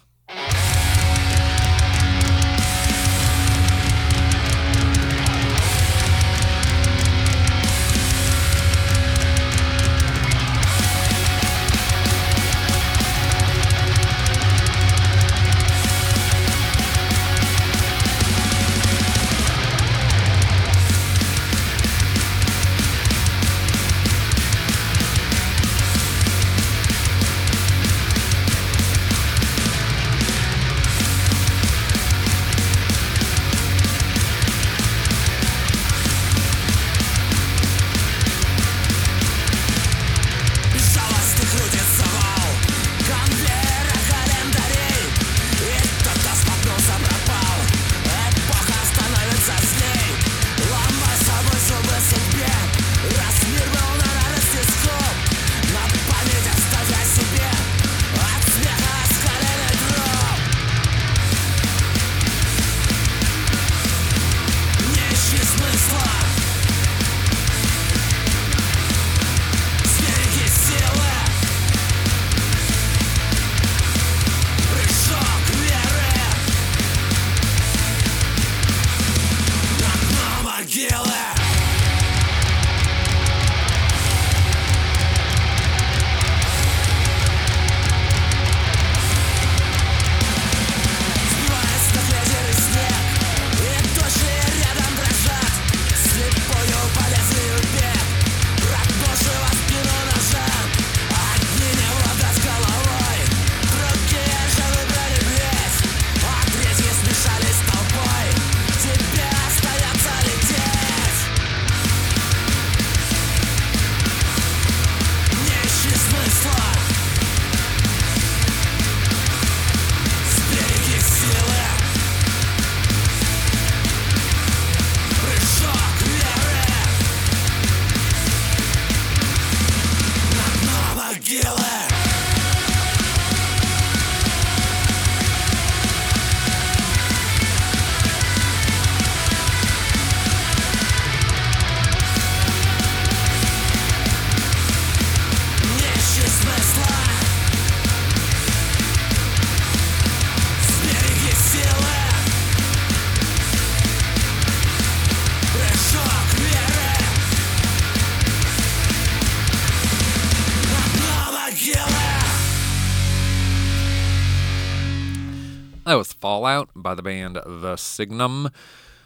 Speaker 5: That was Fallout by the band The Signum.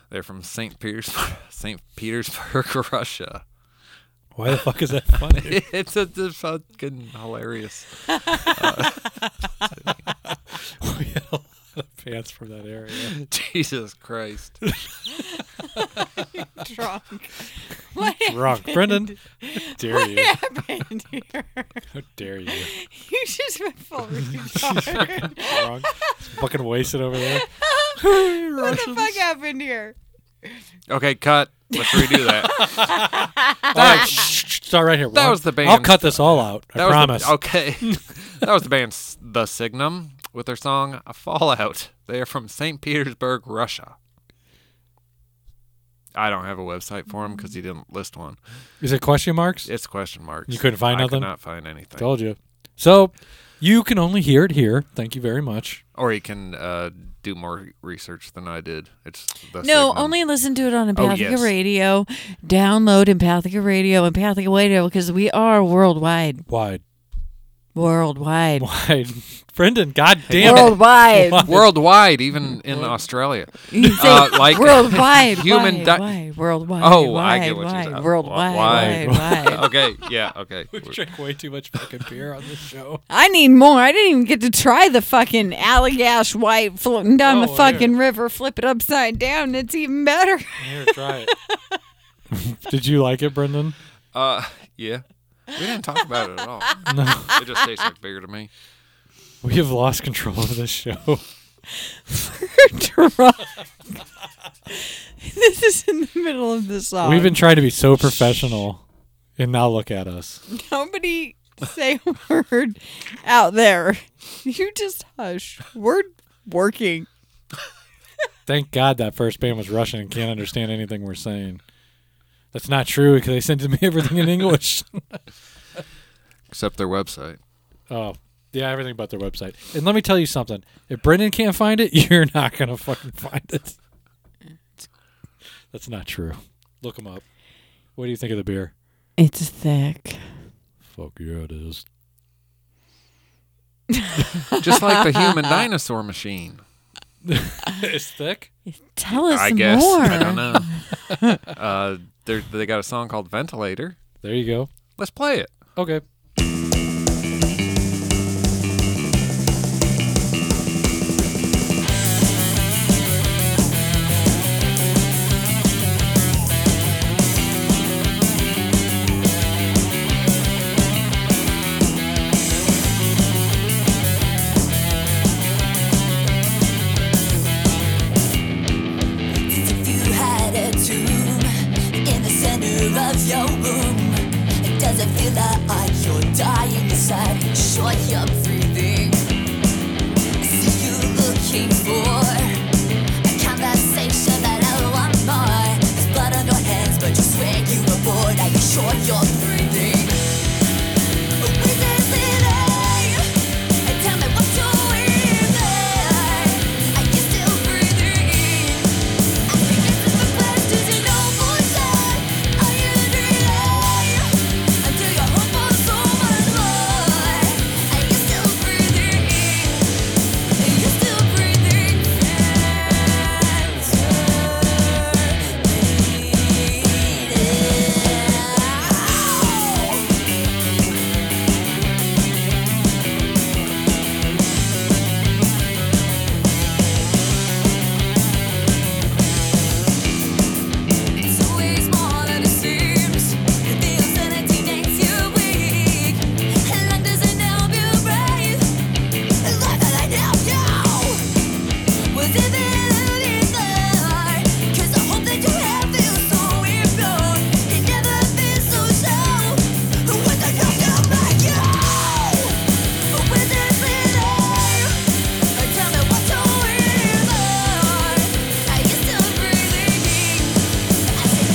Speaker 5: They're from St. Peters, [laughs] St. Petersburg, [laughs] Russia.
Speaker 4: Why the fuck is that [laughs] funny?
Speaker 5: It's a, it's fucking hilarious.
Speaker 4: [laughs] we had a lot of fans from
Speaker 5: [laughs]
Speaker 4: that area.
Speaker 5: Jesus Christ.
Speaker 4: [laughs]
Speaker 6: Drunk. What
Speaker 4: Wrong,
Speaker 6: [laughs]
Speaker 4: Brendan. How dare you?
Speaker 6: happened here? [laughs]
Speaker 4: How dare you?
Speaker 6: You just went full retard. [laughs]
Speaker 4: Wrong. It's fucking wasted over there.
Speaker 6: what the fuck happened here?
Speaker 5: Okay, cut. Let's redo
Speaker 4: [laughs]
Speaker 5: that.
Speaker 4: All right, shh, shh, shh, start right here.
Speaker 5: That
Speaker 4: Ron.
Speaker 5: was the band.
Speaker 4: I'll cut this all out. I
Speaker 5: That
Speaker 4: promise.
Speaker 5: Was the, [laughs] okay. that was the band S- The Signum with their song Fallout. They are from St. Petersburg, Russia. I don't have a website for him because he didn't list one.
Speaker 4: Is it question marks?
Speaker 5: It's question marks.
Speaker 4: You couldn't find
Speaker 5: I
Speaker 4: nothing?
Speaker 5: Could not find anything.
Speaker 4: Told you. So you can only hear it here. Thank you very much.
Speaker 5: Or he can uh, do more research than I did. It's the
Speaker 6: No,
Speaker 5: Signum.
Speaker 6: only listen to it on Empathica
Speaker 5: Oh, yes.
Speaker 6: Radio. Download Empathica Radio, Empathica Radio, because we are worldwide.
Speaker 4: Wide.
Speaker 6: Worldwide.
Speaker 4: Wide. [laughs] Brendan, god damn it.
Speaker 6: Worldwide.
Speaker 5: Worldwide, even
Speaker 4: Mm-hmm.
Speaker 5: in
Speaker 4: [laughs]
Speaker 5: Australia.
Speaker 6: [laughs] You say
Speaker 5: Uh, like
Speaker 6: worldwide.
Speaker 5: [laughs] human
Speaker 6: wide,
Speaker 5: di-
Speaker 6: wide, worldwide.
Speaker 5: Oh,
Speaker 6: wide,
Speaker 5: I get what you're saying.
Speaker 6: wide, Worldwide.
Speaker 5: Wide.
Speaker 6: Wide.
Speaker 5: [laughs]
Speaker 6: wide.
Speaker 5: okay, yeah,
Speaker 4: [laughs]
Speaker 5: okay.
Speaker 4: We drink way too much fucking beer on this show.
Speaker 6: I need more. I didn't even get to try the fucking Allagash white floating down the
Speaker 4: Oh,
Speaker 6: fucking river. Flip it upside down. It's even better. [laughs]
Speaker 4: Here, try it. [laughs] Did you like it, Brendan?
Speaker 5: Uh, yeah. We didn't talk about it at all.
Speaker 4: No.
Speaker 5: [laughs] It just tastes like beer to me.
Speaker 4: We have lost control of this show. [laughs]
Speaker 6: drunk. [laughs] this is in the middle of the song.
Speaker 4: We've been trying to be so professional, and now look at us.
Speaker 6: Nobody say a word out there. You just hush. We're working.
Speaker 4: Thank God that first band was Russian and can't understand anything we're saying. That's not true because they sent to me [laughs] everything in English. [laughs]
Speaker 5: Except their website.
Speaker 4: oh, yeah, everything but their website. And let me tell you something: if Brendan can't find it, [laughs] you're not gonna fucking find it. That's not true. Look them up. What do you think of the beer?
Speaker 6: It's thick.
Speaker 4: Fuck yeah, it is. [laughs]
Speaker 5: Just like the [laughs] human dinosaur machine.
Speaker 4: it's thick.
Speaker 6: Tell us
Speaker 5: I guess.
Speaker 6: more.
Speaker 5: I don't know. uh, they're- they got a song called Ventilator.
Speaker 4: There you go.
Speaker 5: Let's play it.
Speaker 4: Okay.
Speaker 7: If you had a tomb in the center of your room, it doesn't feel like you're dying inside. Short your breathing. I see you looking for a conversation that I want more. There's blood on your hands, but you swear you were bored. Are you sure you're breathing? With this in tell me what's doing there. Are you still breathing? Oh! Tell me what's going on. Are you still breathing?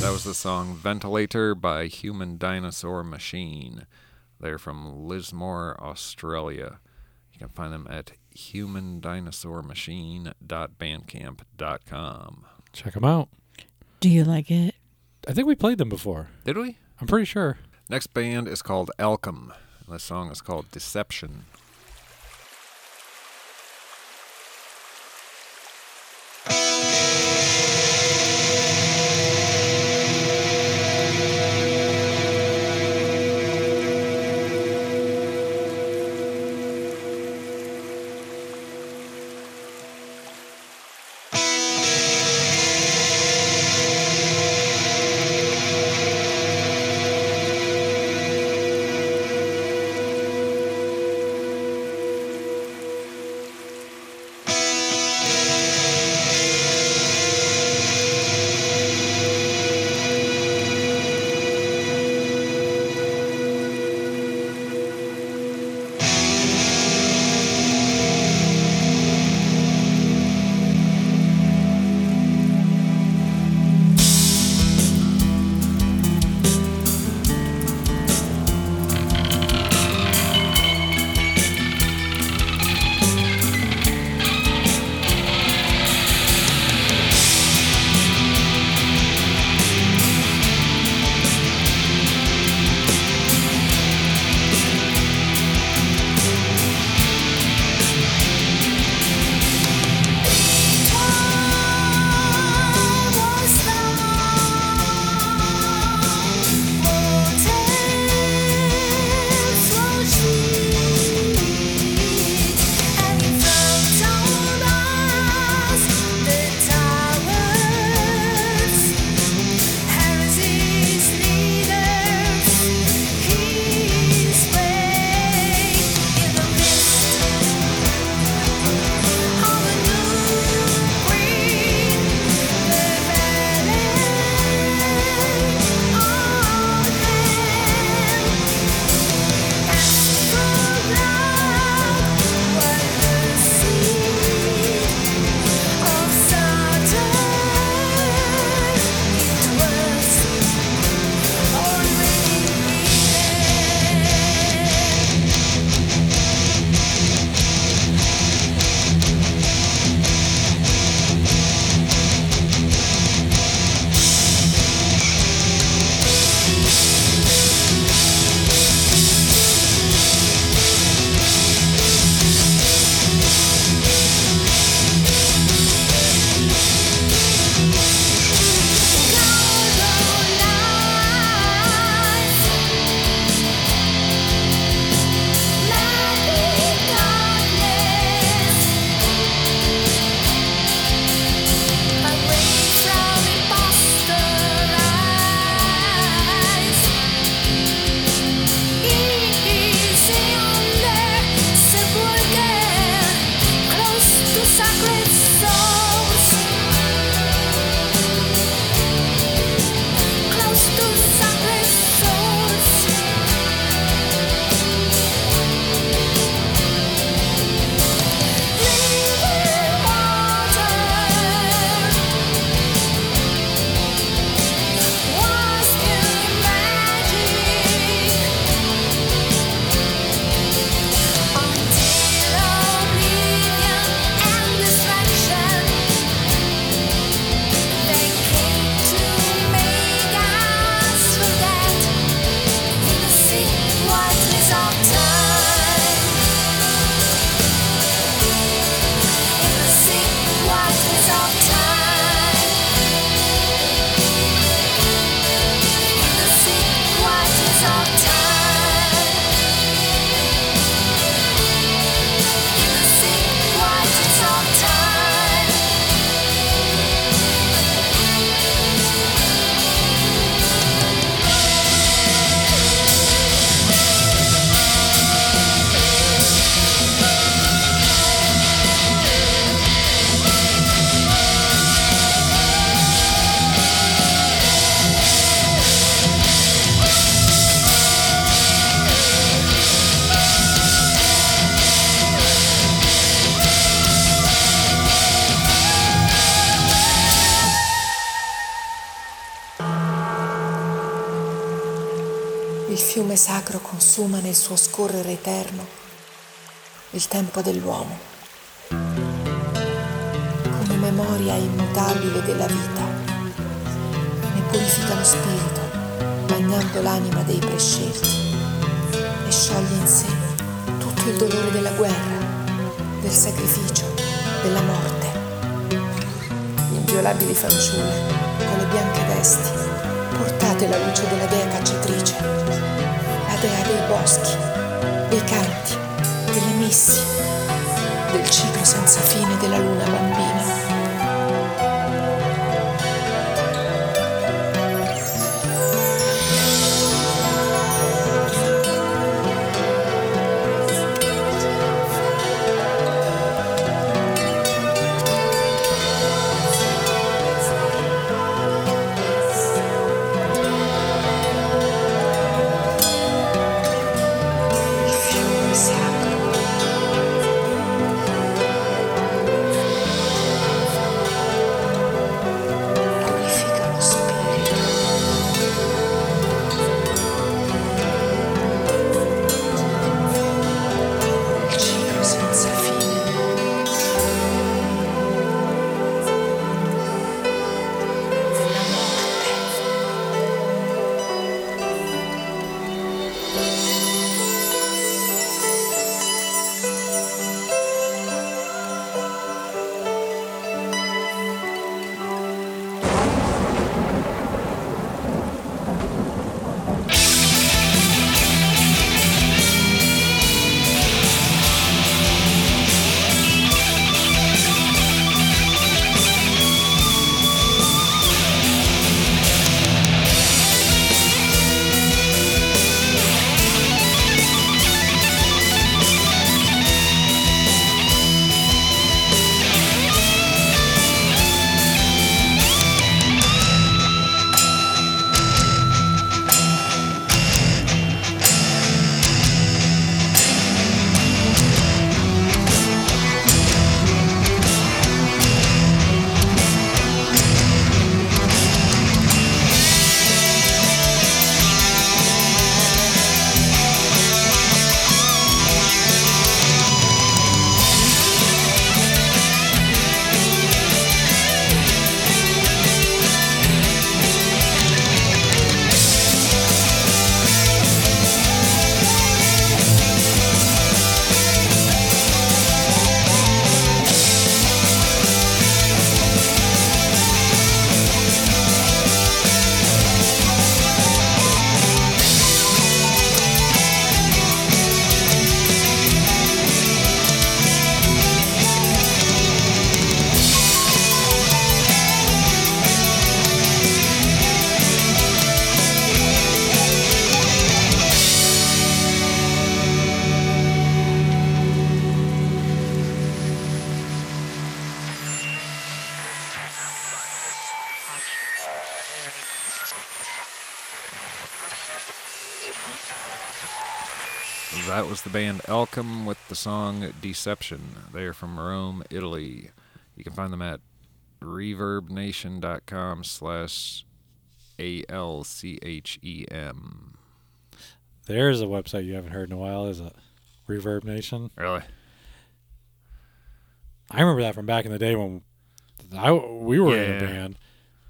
Speaker 5: That was the song Ventilator by Human Dinosaur Machine. They're from Lismore, Australia. You can find them at humandinosaurmachine.bandcamp.com.
Speaker 4: Check them out.
Speaker 6: Do you like it?
Speaker 4: I think we played them before.
Speaker 5: Did we?
Speaker 4: I'm pretty sure.
Speaker 5: Next band is called Alchem. and The song is called Deception.
Speaker 7: Il fiume sacro consuma nel suo scorrere eterno il tempo dell'uomo, come memoria immutabile della vita,
Speaker 8: purifica lo spirito, bagnando l'anima dei prescelti e scioglie in sé tutto il dolore della guerra, del sacrificio, della morte. Inviolabili fanciulle, con le bianche vesti, portate la luce della dea cacciatrice, la dea dei boschi, dei canti, delle missi, del ciclo senza fine della luna bambina. Il fiume sacro. Purifica lo spirito. Il ciclo senza fine. La morte.
Speaker 5: That was the band Elcom with the song Deception. They are from Rome, Italy. You can find them at reverbnation.com slash E A-L-C-H-E-M.
Speaker 4: There's a website you haven't heard in a while, is it? Reverb Nation.
Speaker 5: Really?
Speaker 4: I remember that from back in the day when I, we were in a
Speaker 5: Yeah.
Speaker 4: band,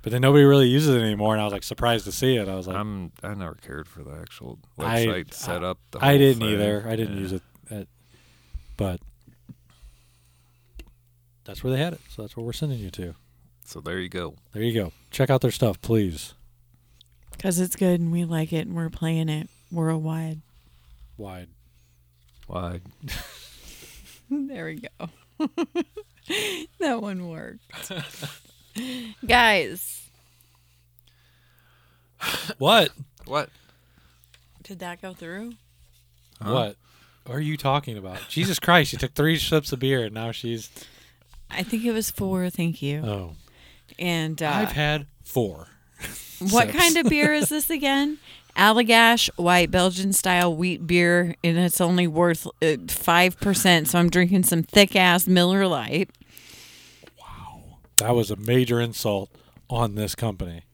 Speaker 4: but then nobody really uses it anymore, and I was like surprised to see it. I was like,
Speaker 5: I'm, I never cared for the actual
Speaker 4: I-
Speaker 5: website setup. the
Speaker 4: I
Speaker 5: whole
Speaker 4: didn't
Speaker 5: thing.
Speaker 4: either. I didn't
Speaker 5: Yeah.
Speaker 4: use it, at, but that's where they had it. So that's where we're sending you to.
Speaker 5: So there you go.
Speaker 4: There you go. Check out their stuff, please.
Speaker 6: Because it's good and we like it and we're playing it [laughs] worldwide.
Speaker 4: Wide.
Speaker 5: Why?
Speaker 9: There we
Speaker 6: [laughs]
Speaker 9: go. that one worked.
Speaker 5: [laughs]
Speaker 9: Guys,
Speaker 4: What?
Speaker 5: [laughs] What?
Speaker 6: Did that go through?
Speaker 4: What? Are you talking about? Jesus Christ! She took three sips of beer, and now she's.
Speaker 6: I think it was four. Thank you.
Speaker 5: Uh,
Speaker 4: Oh,
Speaker 6: and uh,
Speaker 4: I've had four.
Speaker 6: what
Speaker 4: sips.
Speaker 6: kind of beer is this
Speaker 4: [laughs]
Speaker 6: again? Allagash white Belgian style wheat beer, and it's only worth uh, five percent. So I'm drinking some thick ass Miller Lite.
Speaker 4: That was a major insult on this [laughs] company.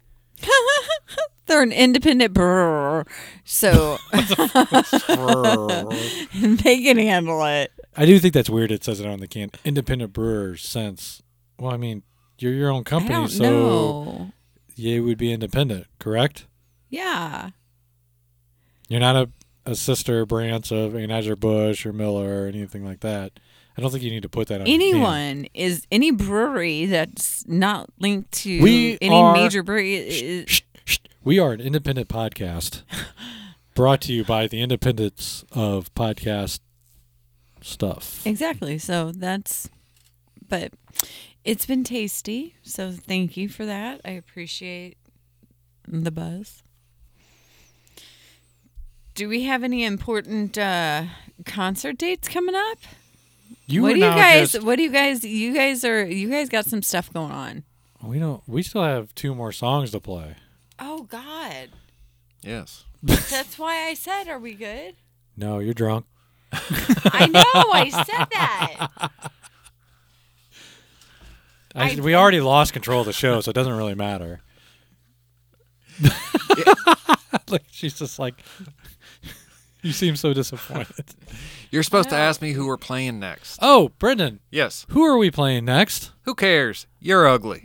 Speaker 6: They're an independent brewer,
Speaker 4: [laughs]
Speaker 6: so [laughs] they can handle it.
Speaker 4: I do think that's weird. It says it on the can. Independent brewers, since well, I mean, you're your own
Speaker 6: I
Speaker 4: company,
Speaker 6: don't
Speaker 4: so
Speaker 6: know.
Speaker 4: Ye would be independent, correct?
Speaker 6: Yeah.
Speaker 4: You're not a, a sister branch of Anheuser Busch or Miller or anything like that. I don't think you need to put that on your can.
Speaker 6: Anyone is any brewery that's not linked to
Speaker 4: We
Speaker 6: any
Speaker 4: are-
Speaker 6: major brewery. is-
Speaker 4: Shh, shh. We are an
Speaker 6: [laughs]
Speaker 4: independent podcast brought to you by the independence of podcast stuff.
Speaker 6: Exactly. So that's, but it's been tasty. So thank you for that. I appreciate the buzz. Do we have any important uh, concert dates coming up?
Speaker 4: You
Speaker 6: what
Speaker 4: are
Speaker 6: do you
Speaker 4: now
Speaker 6: guys?
Speaker 4: just-
Speaker 6: What do you guys? You guys are. You guys got some stuff going on.
Speaker 4: we don't. We still have two more songs to play.
Speaker 6: Oh
Speaker 4: [laughs]
Speaker 6: God,
Speaker 10: Yes.
Speaker 6: that's why I said, "Are we
Speaker 4: [laughs]
Speaker 6: good?"
Speaker 4: No, you're drunk.
Speaker 6: I know I said that.
Speaker 4: I,
Speaker 6: I-
Speaker 4: we already lost control of the show, so it doesn't really matter. [laughs] like she's just like, [laughs] you seem so disappointed.
Speaker 10: You're supposed to ask me who we're playing next.
Speaker 4: [laughs] Oh, Brendan,
Speaker 10: Yes.
Speaker 4: who are we playing next?
Speaker 10: Who cares? You're ugly.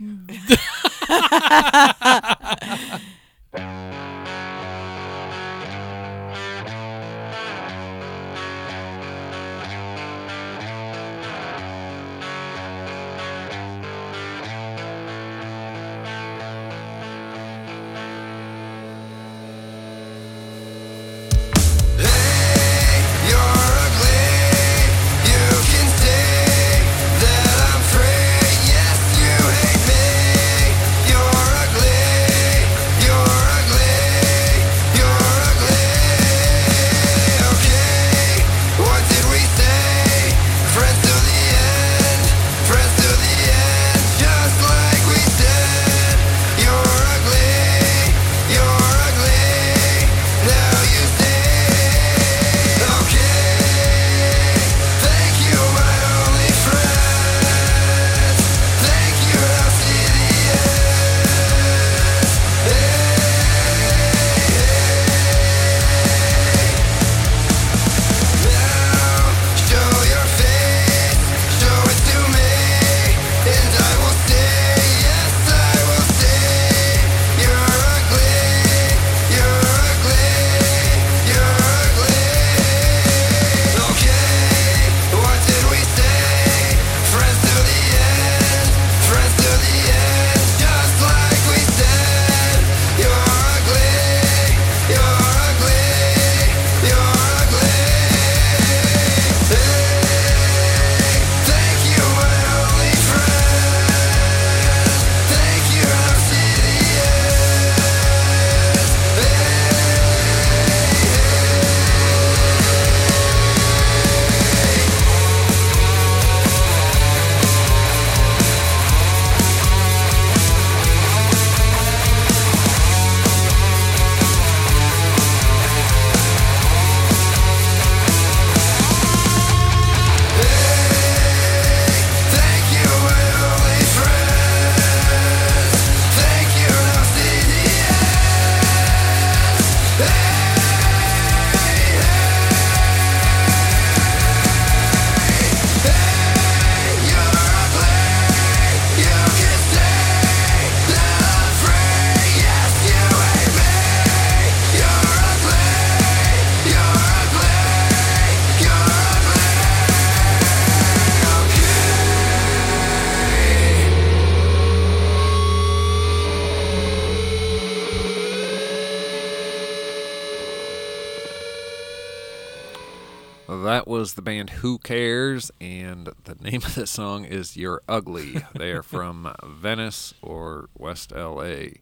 Speaker 10: That was the band Who Cares, and the name of the song is You're Ugly. they are from [laughs] Venice or West LA.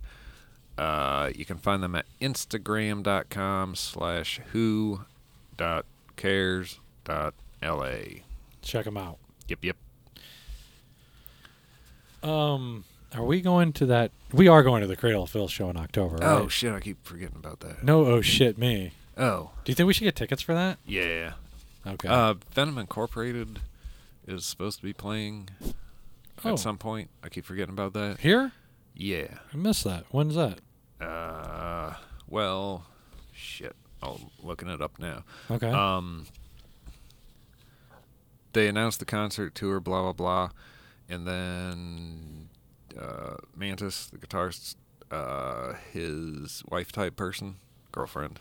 Speaker 10: Uh, you can find them at instagram.com slash who dot cares dot la.
Speaker 4: Check them out.
Speaker 10: Yep, yep.
Speaker 4: Um, are we going to that? We are going to the Cradle of Filth show in October. Right?
Speaker 10: Oh, shit, I keep forgetting about that.
Speaker 4: no! Oh shit, me.
Speaker 10: Oh,
Speaker 4: Do you think we should get tickets for that?
Speaker 10: yeah.
Speaker 4: Okay.
Speaker 10: Uh, Venom Incorporated is supposed to be playing
Speaker 4: Oh.
Speaker 10: at some point. I keep forgetting about that.
Speaker 4: Here?
Speaker 10: Yeah.
Speaker 4: I missed that. When's that?
Speaker 10: Uh, well, shit. I'm looking it up now.
Speaker 4: Okay.
Speaker 10: Um, they announced the concert tour, blah blah blah, and then uh, Mantis, the guitarist,
Speaker 5: uh, his wife type person, girlfriend,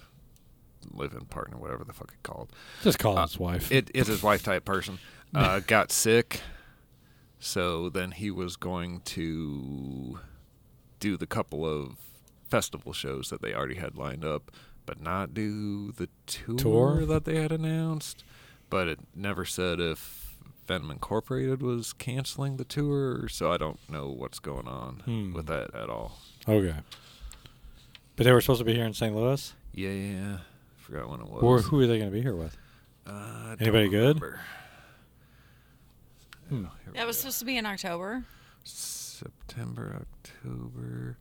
Speaker 5: live-in partner, whatever the fuck it called.
Speaker 4: Just call
Speaker 10: uh,
Speaker 4: his wife.
Speaker 5: It is his wife type person.
Speaker 4: [laughs]
Speaker 5: Uh, got sick, so then he was going to do the couple of festival shows that they already had lined up, but not do the tour,
Speaker 4: Tour?
Speaker 5: that they had announced. But it never said if Venom Incorporated was canceling the tour, so I don't know what's going on
Speaker 4: Hmm.
Speaker 5: with that at all.
Speaker 4: okay. But they were supposed to be here in St. Louis.
Speaker 5: Yeah, forgot when it was.
Speaker 4: Or who are they going to be here with?
Speaker 5: I don't
Speaker 4: Anybody good?
Speaker 5: remember.
Speaker 4: Hmm.
Speaker 1: That was supposed to be in October.
Speaker 5: September, October.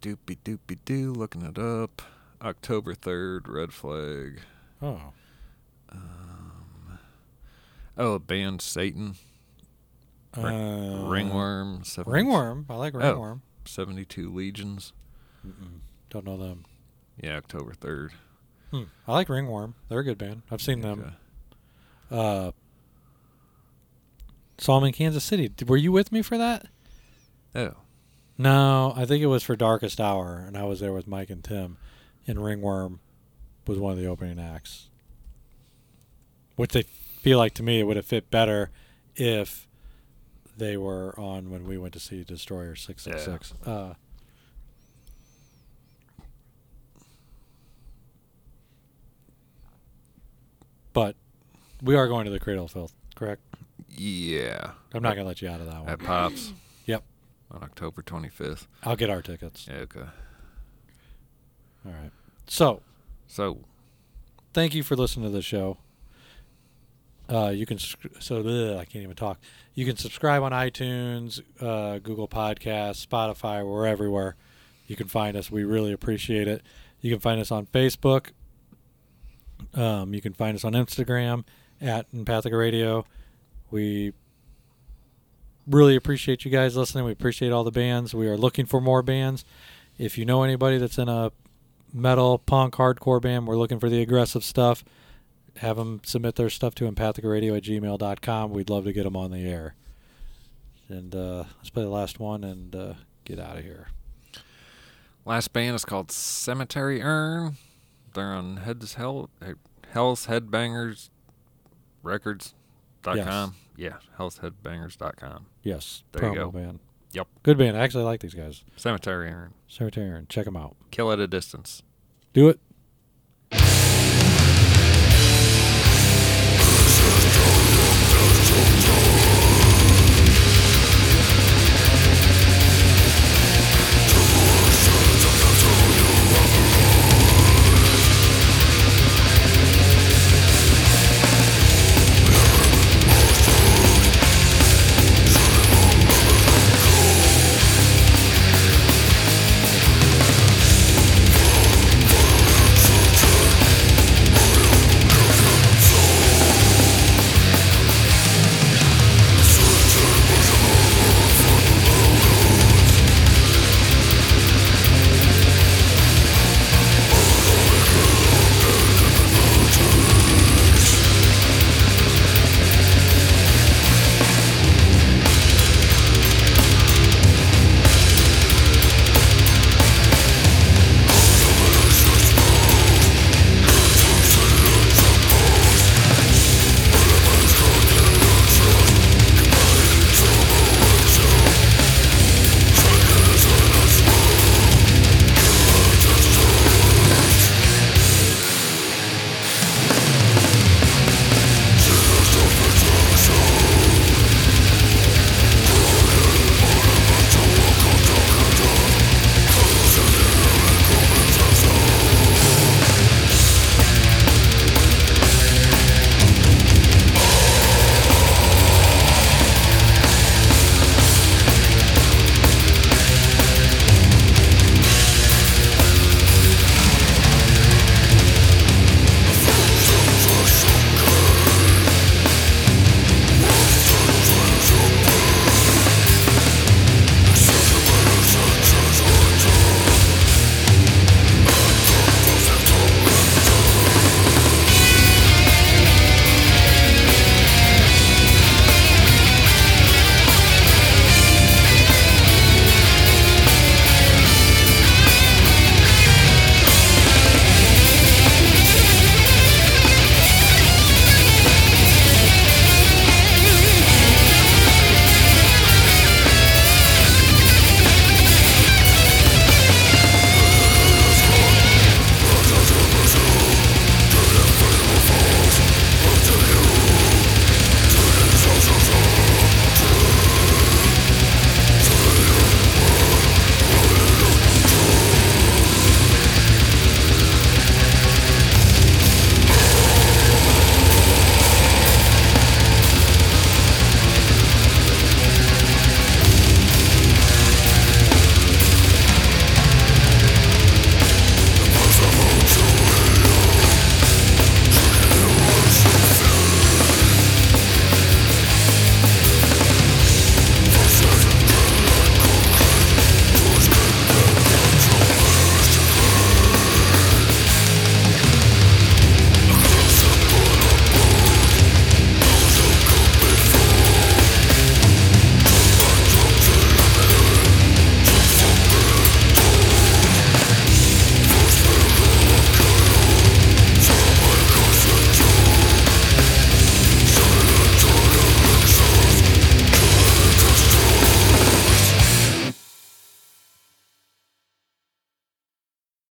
Speaker 5: Doopy doopy doo, looking it up. October 3rd, red flag.
Speaker 4: Oh,
Speaker 5: Oh, band Satan.
Speaker 4: Uh,
Speaker 5: Ringworm. 70
Speaker 4: Ringworm. I like
Speaker 5: Oh,
Speaker 4: ringworm.
Speaker 5: 72 Legions.
Speaker 4: Don't know them.
Speaker 5: Yeah, October 3rd.
Speaker 4: Hmm. I like ringworm. They're a good band. I've seen them.
Speaker 5: Okay.
Speaker 4: Uh, saw them in Kansas City. Did- Were you with me for that?
Speaker 5: Oh,
Speaker 4: No, I think it was for Darkest Hour, and I was there with Mike and Tim, and Ringworm was one of the opening acts. Which they feel like to me it would have fit better if they were on when we went to see Destroyer Six Six Six. Uh But we are going to the Cradle of Filth, correct?
Speaker 5: yeah.
Speaker 4: I'm not gonna let you out of that one.
Speaker 5: At Pops
Speaker 4: Yep,
Speaker 5: on October 25th.
Speaker 4: I'll get our tickets.
Speaker 5: Yeah, okay.
Speaker 4: All right. So
Speaker 5: So,
Speaker 4: thank you for listening to the show. Uh, you can subscri- so bleh, I can't even talk. You can subscribe on iTunes, uh, Google Podcasts, Spotify. We're everywhere. You can find us. We really appreciate it. You can find us on Facebook. Um, you can find us on Instagram at Empathica Radio. We really appreciate you guys listening. We appreciate all the bands. We are looking for more bands. If you know anybody that's in a metal, punk, hardcore band. We're looking for the aggressive stuff. Have them submit their stuff to empathicradio at gmail.com. We'd love to get them on the air. And uh, let's play the last one and uh, get out of here.
Speaker 5: last band is called Cemetery Urn. They're on Heads Hell, uh, Hell's Headbangers Records. Dot
Speaker 4: Yes.
Speaker 5: com. Yeah, Hell's Headbangers dot com.
Speaker 4: Yes.
Speaker 5: There you
Speaker 4: promo
Speaker 5: go.
Speaker 4: band.
Speaker 5: Yep.
Speaker 4: Good band. I actually like these guys.
Speaker 5: Cemetery Urn.
Speaker 4: Cemetery Aaron. Check them out.
Speaker 5: Kill at a distance.
Speaker 4: Do it.